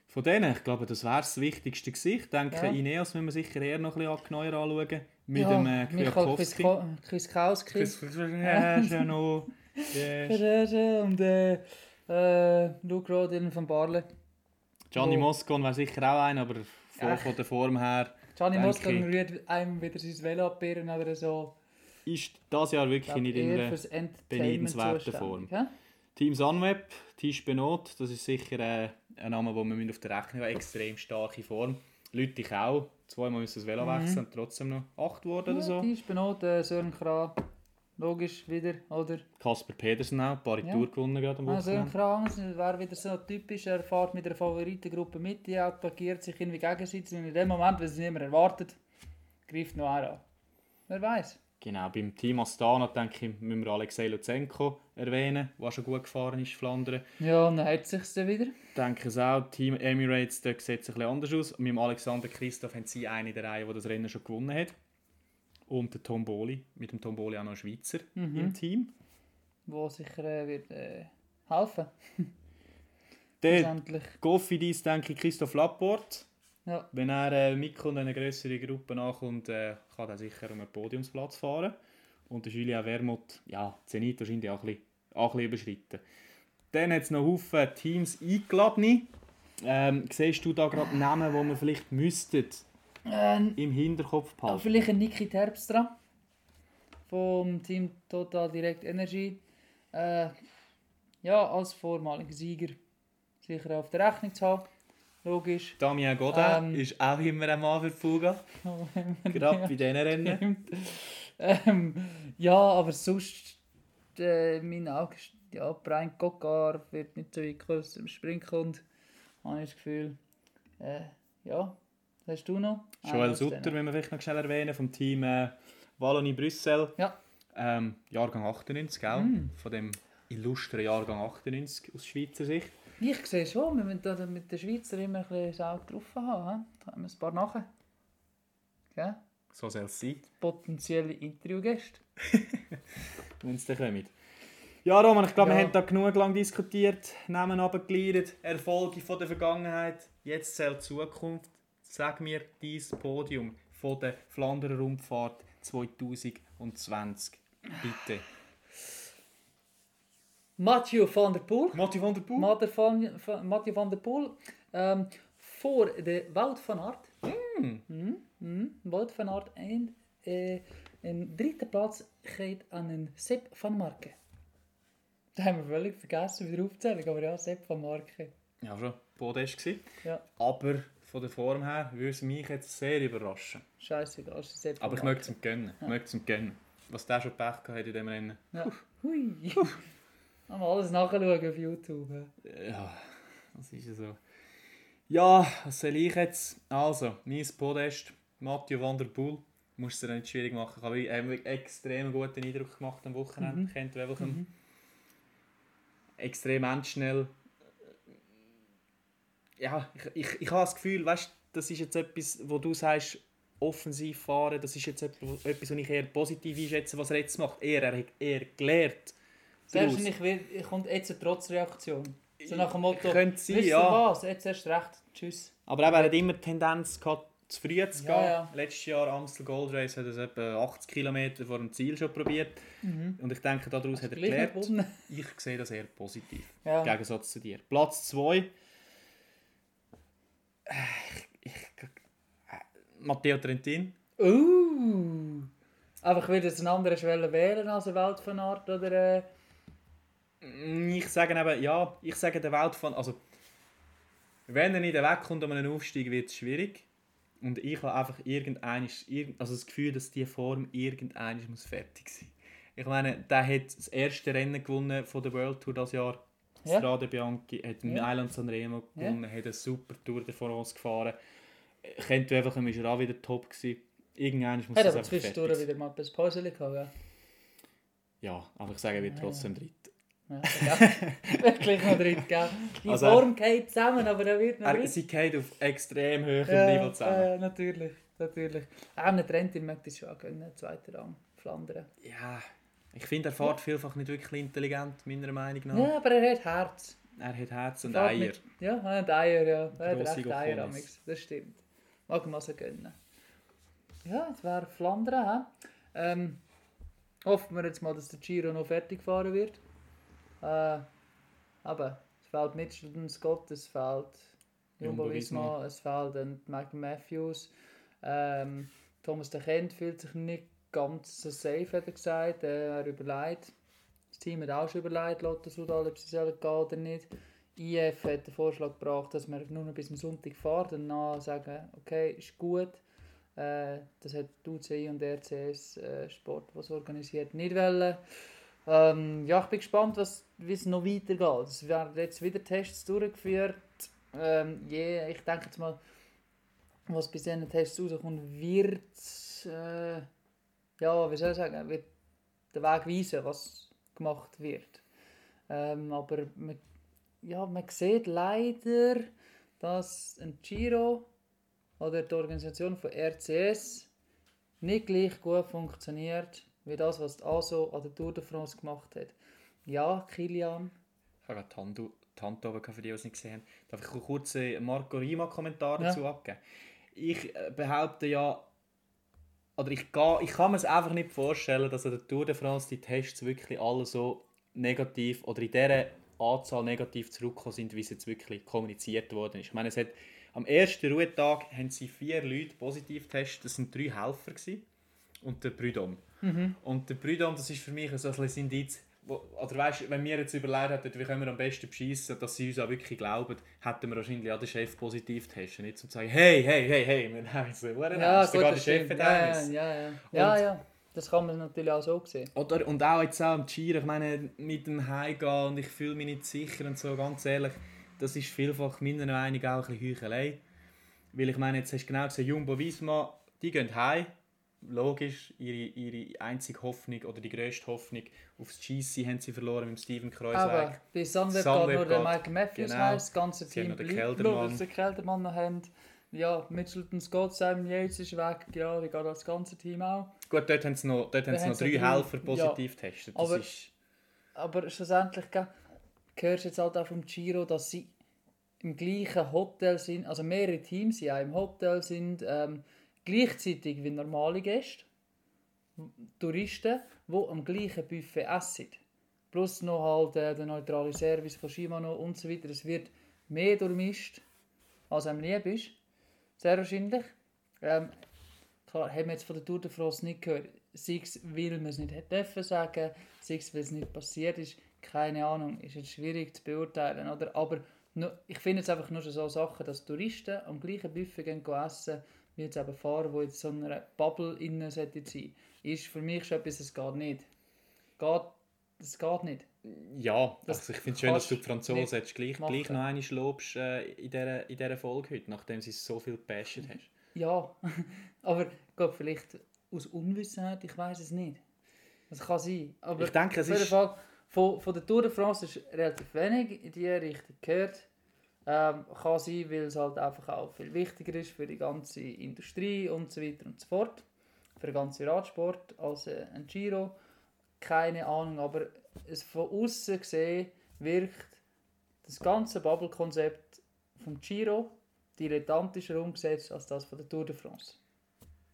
S2: Von denen, ich glaube, das wäre das wichtigste Gesicht. Ich denke,
S3: Ja.
S2: Ineos müssen wir sicher eher noch ein bisschen genauer anschauen. Mit
S3: ja,
S2: dem äh,
S3: Michael
S2: Kwiatkowski.
S3: Kwiatko- Kwiatkowski.
S2: Ja, schon noch.
S3: *laughs*
S2: Der-
S3: Ferreira und äh, äh, Luke Rodin von Barle.
S2: Gianni
S3: Wo-
S2: Moscon wäre sicher auch ein, aber von,
S3: Ach.
S2: von der Form her
S3: Gianni
S2: Danke.
S3: Moscon rührt einem wieder sein Velo abbeeren oder so.
S2: ist das Jahr wirklich
S3: glaub,
S2: nicht in
S3: eher
S2: der
S3: fürs Entertainment
S2: beneidenswerten
S3: zuständig,
S2: Form.
S3: hä?
S2: Team Sunweb, Tisch Benot, das ist sicher äh, ein Name, den wir müssen auf der Rechnung haben. Extrem starke Form. Leute ich auch. Zweimal müssen das Velo wechseln und trotzdem noch acht geworden oder
S3: Mhm. Ja,
S2: so.
S3: die ist benannt, äh, Sören Kran. Logisch, wieder, oder?
S2: Kasper Pedersen auch, Paritur
S3: Ja.
S2: gewonnen gerade am
S3: Ah, Sören
S2: Wochenende.
S3: Kran das wäre wieder so typisch, er fährt mit einer Favoritengruppe mit, die attackiert sich irgendwie gegenseitig und in dem Moment, wenn es niemand erwartet, greift noch einer an. Wer weiß?
S2: Genau, beim Team Astana denke ich, müssen wir Alexei Luzenko erwähnen, der schon gut gefahren ist, Flandern.
S3: Ja, und dann hat es sich dann wieder.
S2: denke es auch. Team Emirates dort sieht es ein bisschen anders aus. Mit dem Alexander Christoph haben sie einen in der Reihe, der das Rennen schon gewonnen hat. Und der Tom Boli, mit dem Tom Boli auch noch ein Schweizer im Team.
S3: wo sicher äh, wird äh, helfen
S2: Der
S3: schlussendlich.
S2: Goffidis, denke ich, Christoph Laporte.
S3: Ja.
S2: Wenn er äh, mitkommt und eine größere Gruppe nachkommt, äh, kann er sicher um einen Podiumsplatz fahren. Und der Julien Wermut, ja, Zenit wahrscheinlich auch ein bisschen, auch ein bisschen überschritten. Dann hat es noch Haufen Teams eingeladen. Ähm, siehst du da gerade Namen, die wir vielleicht müssten
S3: Ähm,
S2: im Hinterkopf
S3: ja,
S2: behalten.
S3: vielleicht ein Niki Terpstra vom Team Total Direct Energy. Äh, ja, als vormaliger Sieger sicher auf der Rechnung zu haben. Logisch. *laughs*
S2: Damien Godin
S3: Ähm.
S2: ist auch immer ein Mann für die Fuga. Gerade bei diesen Rennen.
S3: ähm, ja, aber sonst, äh, in meinen Augen, ist- ja, Brian Kokar wird nicht so weit kommen, dass er im Sprint kommt. Habe ich das Gefühl. Äh, ja, hast du noch? Einer
S2: Joel
S3: aus
S2: Sutter
S3: denen.
S2: müssen wir vielleicht noch schnell erwähnen, vom Team äh, Wallonie Brüssel.
S3: Ja,
S2: Ähm, Jahrgang 98, gell? Von dem illustren Jahrgang 98 aus Schweizer Sicht.
S3: Ich sehe schon, wir müssen da mit den Schweizer immer ein bisschen Auge drauf haben. he? Da haben wir ein paar nachher. Gell?
S2: So soll es sein,
S3: Potenzielle Interviewgäste.
S2: wenn es dann kommt. Ja, Roman, ich glaube,
S3: Ja.
S2: wir haben da genug lang diskutiert, Namen runtergeleiert, Erfolge von der Vergangenheit. Jetzt zählt die Zukunft. Sag mir dein Podium von der Flanderer Rundfahrt 2020. Bitte.
S3: Mathieu van der Poel.
S2: Matti van der Poel?
S3: Mathieu van, van- Mathieu van der Poel. Ähm, vor de Wout van Aert. Mhm, mhm. Wout van Aert. En äh, een dritte plaats geht an een Sepp van Marke. Da haben wir völlig vergessen, wieder aufzählen, aber ja, Sepp van Marke.
S2: ja, schon. Podest gewesen.
S3: Ja,
S2: Aber von der Form her würde es mich jetzt sehr überraschen.
S3: scheiße, da ist Sepp van
S2: Aber ich
S3: Marke.
S2: möchte es ihm gönnen. Ich möchte es ihm gönnen. Was der schon Pech gehabt hat in diesem Rennen.
S3: Ja. Hui. *laughs* Kann man alles nachschauen auf YouTube. hä?
S2: Ja, das ist ja so. Ja, was soll ich jetzt? Also, mein Podest, Mathieu van der Poel. Musst du dir nicht schwierig machen. Ich habe wirklich- er hat wirklich extrem guten Eindruck gemacht am Wochenende. Mhm. Kennt welchem. Extrem endschnell. Ja, ich, ich, ich habe das Gefühl, weißt, das ist jetzt etwas, wo du sagst, offensiv fahren, das ist jetzt etwas, etwas, was ich eher positiv einschätze, was er jetzt macht. Er, er hat eher gelernt. daraus.
S3: Wahrscheinlich wird- kommt jetzt eine Trotzreaktion. So nach dem Motto,
S2: Könnte sein,
S3: «Wisst ihr
S2: ja.
S3: was, jetzt erst recht, tschüss.
S2: Aber eben, er hat immer die Tendenz gehabt, zu früh zu gehen.
S3: Ja, ja.
S2: Letztes Jahr Amstel Gold Race hat es etwa 80 km vor dem Ziel schon probiert. Und ich denke, daraus hat er
S3: Mhm. Gleich nicht
S2: gelernt.
S3: gewonnen.
S2: Ich sehe das eher positiv,
S3: Ja.
S2: im Gegensatz zu dir. Platz 2. Ich, ich, äh, Matteo Trentin.
S3: Uh. Aber ich würde jetzt eine andere Schwelle wählen als eine Welt von Art oder... Äh,
S2: Ich sage eben, ja, ich sage der Welt von, also wenn er nicht wegkommt um einen Aufstieg, wird es schwierig. Und ich habe einfach irgendeines, also das Gefühl, dass die Form irgendeines muss fertig sein. Ich meine, der hat das erste Rennen gewonnen von der World Tour das Jahr.
S3: Ja.
S2: Strade Bianchi hat in
S3: Ja.
S2: Island Sanremo
S3: Ja.
S2: gewonnen, hat eine super Tour der von uns gefahren. Könnte einfach, er war auch wieder top gewesen. Irgendeines muss
S3: hat
S2: das
S3: aber
S2: einfach fertig
S3: zwischendurch
S2: sein.
S3: wieder mal ein bisschen Pause gehabt. Ja,
S2: Ja, aber ich sage, er wird trotzdem dritt.
S3: ja. ja. *laughs* Wirklich noch drin, gell. Die
S2: Also-
S3: Form geht zusammen, aber er wird noch
S2: Er,
S3: drin.
S2: sie fallen auf extrem hohem Niveau zusammen.
S3: ja, äh, natürlich, natürlich. Ah, Auch einen Trentin möchte ich schon auch gönnen, zweiter Rang, Flandern.
S2: Ja, ich finde, er fährt vielfach nicht wirklich intelligent, meiner Meinung nach.
S3: Ja, aber er hat Herz.
S2: Er hat Herz und
S3: Fährt
S2: Eier.
S3: mit- Ja, er hat Eier, ja. Er hat
S2: Grosse
S3: recht Eier,
S2: Gochonis.
S3: Amix. Das stimmt. Mag man so gönnen. Ja, jetzt wäre Flandern, hä? Ähm, hoffen wir jetzt mal, dass der Giro noch fertig gefahren wird. Äh, aber es fehlt Mitchelton Scott, es fehlt Jumbo
S2: Jumbo
S3: Visma, es fehlt ein Michael Matthews. Ähm, Thomas de Kent fühlt sich nicht ganz so safe, hat er gesagt. Äh, er überlegt. Das Team hat auch schon überlegt, Lotto Sudal, ob sie sollen gehen oder nicht. IF hat den Vorschlag gebracht, dass man nur noch bis zum Sonntag fährt und dann sagen, okay, ist gut. Äh, das hat die UCI und RCS äh, Sport, was organisiert, nicht wollen. Ähm, ja, ich bin gespannt, was- wie es noch weitergeht. Es werden jetzt wieder Tests durchgeführt. Ähm, je, ich denke jetzt mal, was bei diesen Tests rauskommt, wird, äh, ja, wie soll ich sagen, wird den Weg weisen, was gemacht wird. Ähm, aber man, ja, man sieht leider, dass ein Giro oder die Organisation von RCS nicht gleich gut funktioniert, wie das, was die ASO an der Tour de France gemacht hat. Ja, Kilian,
S2: Ich habe gerade die Hand, die Hand oben gehabt, für die, die es nicht gesehen haben. Darf ich kurz einen Marco Rima-Kommentar
S3: Ja.
S2: dazu abgeben? Ich äh, behaupte ja, oder ich, gehe, ich kann mir es einfach nicht vorstellen, dass an der Tour de France die Tests wirklich alle so negativ oder in dieser Anzahl negativ zurückgekommen sind, wie es jetzt wirklich kommuniziert worden ist. Ich meine, es hat, am ersten Ruhetag haben sie vier Leute positiv getestet, das sind drei Helfer gewesen und der Brüdom.
S3: Mhm.
S2: Und der Brüdom, das ist für mich so ein bisschen Indiz, wo, oder weißt, wenn wir jetzt überlegt hätten, wie können wir am besten beschissen, dass sie uns auch wirklich glauben, hätten wir wahrscheinlich auch den Chef positiv testen. Nicht zum zu sagen, hey, hey, hey, hey, wir haben es
S3: Ja, gut,
S2: sogar der
S3: das
S2: Chef hat
S3: stimmt. Ja, ja,
S2: eines.
S3: ja, ja. ja,
S2: Und-
S3: ja. Das kann man natürlich auch so sehen.
S2: Oder, und auch jetzt auch am Giro, ich meine, mit dem Heimgehen und ich fühle mich nicht sicher und so, ganz ehrlich, das ist vielfach meiner Meinung nach auch ein bisschen Heuchelei. Weil ich meine, jetzt hast du genau gesehen, Jumbo Visma, die gehen heim, logisch, ihre, ihre einzige Hoffnung oder die grösste Hoffnung aufs GC haben sie verloren mit dem Steven Kreuzweg.
S3: Aber bei Sunweb
S2: Sunweb
S3: geht nur der
S2: geht-
S3: Mike Matthews
S2: genau.
S3: genau. das ganze
S2: Sie haben
S3: Team
S2: noch den
S3: bleibt,
S2: Keldermann.
S3: nur dass sie den Keldermann noch haben. Ja, Mitchelton Scott, Simon Yates ist weg, ja, da geht das ganze Team auch.
S2: Gut, dort haben sie noch, dort haben
S3: Da
S2: sie
S3: haben
S2: noch
S3: sie
S2: drei
S3: drei-
S2: Helfer positiv getestet. Das
S3: Aber-
S2: ist,
S3: Aber schlussendlich gell, hörst du jetzt halt auch vom Giro, dass sie im gleichen Hotel sind, also mehrere Teams ja im Hotel sind, ähm, gleichzeitig wie normale Gäste, Touristen, die am gleichen Buffet essen. Plus noch halt äh, der neutrale Service von Shimano und so weiter. Es wird mehr durchmischt, als einem lieb ist. Sehr wahrscheinlich. Ähm, Klar, haben wir jetzt von der Tour de France nicht gehört. Sei es, weil wir es nicht hätte dürfen sagen, sei es, weil es nicht passiert ist. Keine Ahnung, ist jetzt schwierig zu beurteilen. Oder? Aber nur, ich finde jetzt einfach nur schon so Sachen, dass Touristen am gleichen Buffet gehen gehen essen, wie jetzt eben Fahrer, die jetzt so in einer Bubble innen sollten sein. Ist für mich schon etwas, es geht nicht. Geht, es geht nicht.
S2: ja,
S3: Das
S2: also ich finde es schön, dass du die
S3: kannst
S2: Franzosen jetzt gleich,
S3: machen.
S2: gleich noch einmal lobst äh, in dieser in dieser Folge heute, nachdem sie so viel gebasht
S3: *laughs*
S2: hast.
S3: Ja, aber Gott, vielleicht aus Unwissenheit, ich weiß es nicht. Das kann sein. Aber
S2: Ich denke, es
S3: auf jeden
S2: ist-
S3: Fall, von, von der Tour de France ist relativ wenig in diese Richtung gehört. Ähm, kann sein, weil es halt einfach auch viel wichtiger ist für die ganze Industrie und so weiter und so fort. Für den ganzen Radsport als äh, ein Giro. Keine Ahnung, aber es von außen gesehen wirkt das ganze Bubble-Konzept vom Giro dilettantischer umgesetzt als das von der Tour de France.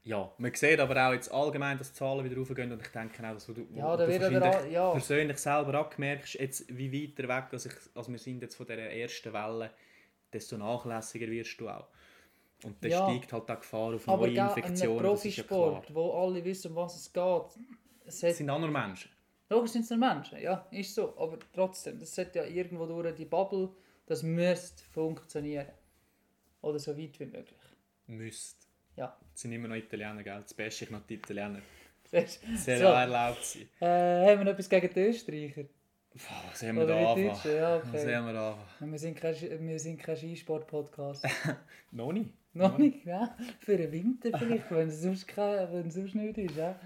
S2: Ja, man sieht aber auch jetzt allgemein, dass die Zahlen wieder raufgehen und ich denke auch, dass du,
S3: Ja,
S2: wo
S3: da
S2: du
S3: wird aber
S2: wahrscheinlich
S3: auch- ja.
S2: persönlich selber abgemerkt hast, jetzt wie weiter weg, dass ich, also wir sind jetzt von dieser ersten Welle, desto nachlässiger wirst du auch. Und dann
S3: Ja.
S2: steigt halt auch die Gefahr auf
S3: Aber
S2: neue
S3: gell,
S2: Infektionen,
S3: ein
S2: das ist ja klar.
S3: Profisport, wo alle wissen, um was es geht. Es
S2: Das
S3: hat,
S2: sind auch nur Menschen.
S3: logisch sind es nur Menschen, ja, ist so. Aber trotzdem, das sollte ja irgendwo durch die Bubble, das müsste funktionieren. Oder so weit wie möglich.
S2: Müsst.
S3: Ja, *laughs*
S2: Das sind immer noch Italiener, gell? Das beste ich noch die Italiener.
S3: siehst du?
S2: Sehr
S3: So, äh,
S2: erlaubt sie.
S3: haben wir noch etwas gegen die Österreicher?
S2: Boah, was haben wir da
S3: Oder die
S2: anfangen?
S3: Deutschen? Ja,
S2: Was
S3: okay.
S2: haben wir da anfangen?
S3: Wir sind kein, wir sind
S2: *laughs*
S3: kein Skisport-Podcast. *laughs*
S2: Noch nicht.
S3: Noch nicht, ja? Für den Winter vielleicht, wenn es sonst, kein- wenn es sonst nicht ist. Ja?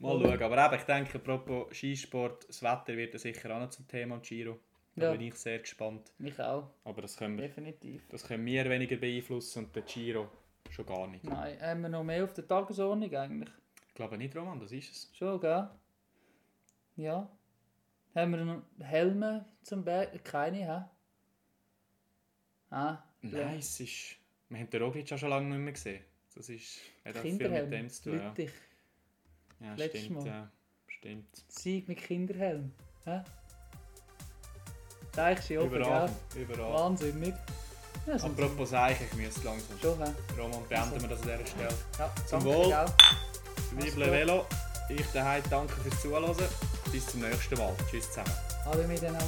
S2: Mal schauen. Aber eben, ich denke, apropos Skisport, das Wetter wird ja sicher auch noch zum Thema im Giro. Da
S3: Ja.
S2: bin ich sehr gespannt.
S3: Ich auch,
S2: Aber das können, wir,
S3: definitiv.
S2: das können wir weniger beeinflussen und der Giro schon gar nicht.
S3: Nein, haben wir noch mehr auf der Tagesordnung eigentlich?
S2: Ich glaube nicht, Roman, das ist es.
S3: Schon, gell? Ja. Haben wir noch Helme zum Berg? Keine, hä? Ah,
S2: Nein, es ist... Wir haben den Roglic auch schon lange nicht mehr gesehen. Das ist... hat auch viel mit
S3: Kinderhelm.
S2: dem zu tun. Ja,
S3: Lüttich.
S2: ja
S3: letztes
S2: stimmt.
S3: Mal.
S2: Ja, stimmt.
S3: Sieg mit Kinderhelm. Hä? Zeigst du oben, gell?
S2: Überall. Überall.
S3: Wahnsinn, nicht? Ja, sind
S2: Apropos Eichen, ich müsste langsam...
S3: schon, hä?
S2: Roman, beenden wir das an dieser Stelle.
S3: Ja,
S2: Zum
S3: danke,
S2: Wohl.
S3: gell? Mach's
S2: Liebe
S3: gut.
S2: Velo, ich daheim danke fürs Zuhören. Bis zum nächsten Mal. Tschüss zusammen.
S3: Alle miteinander.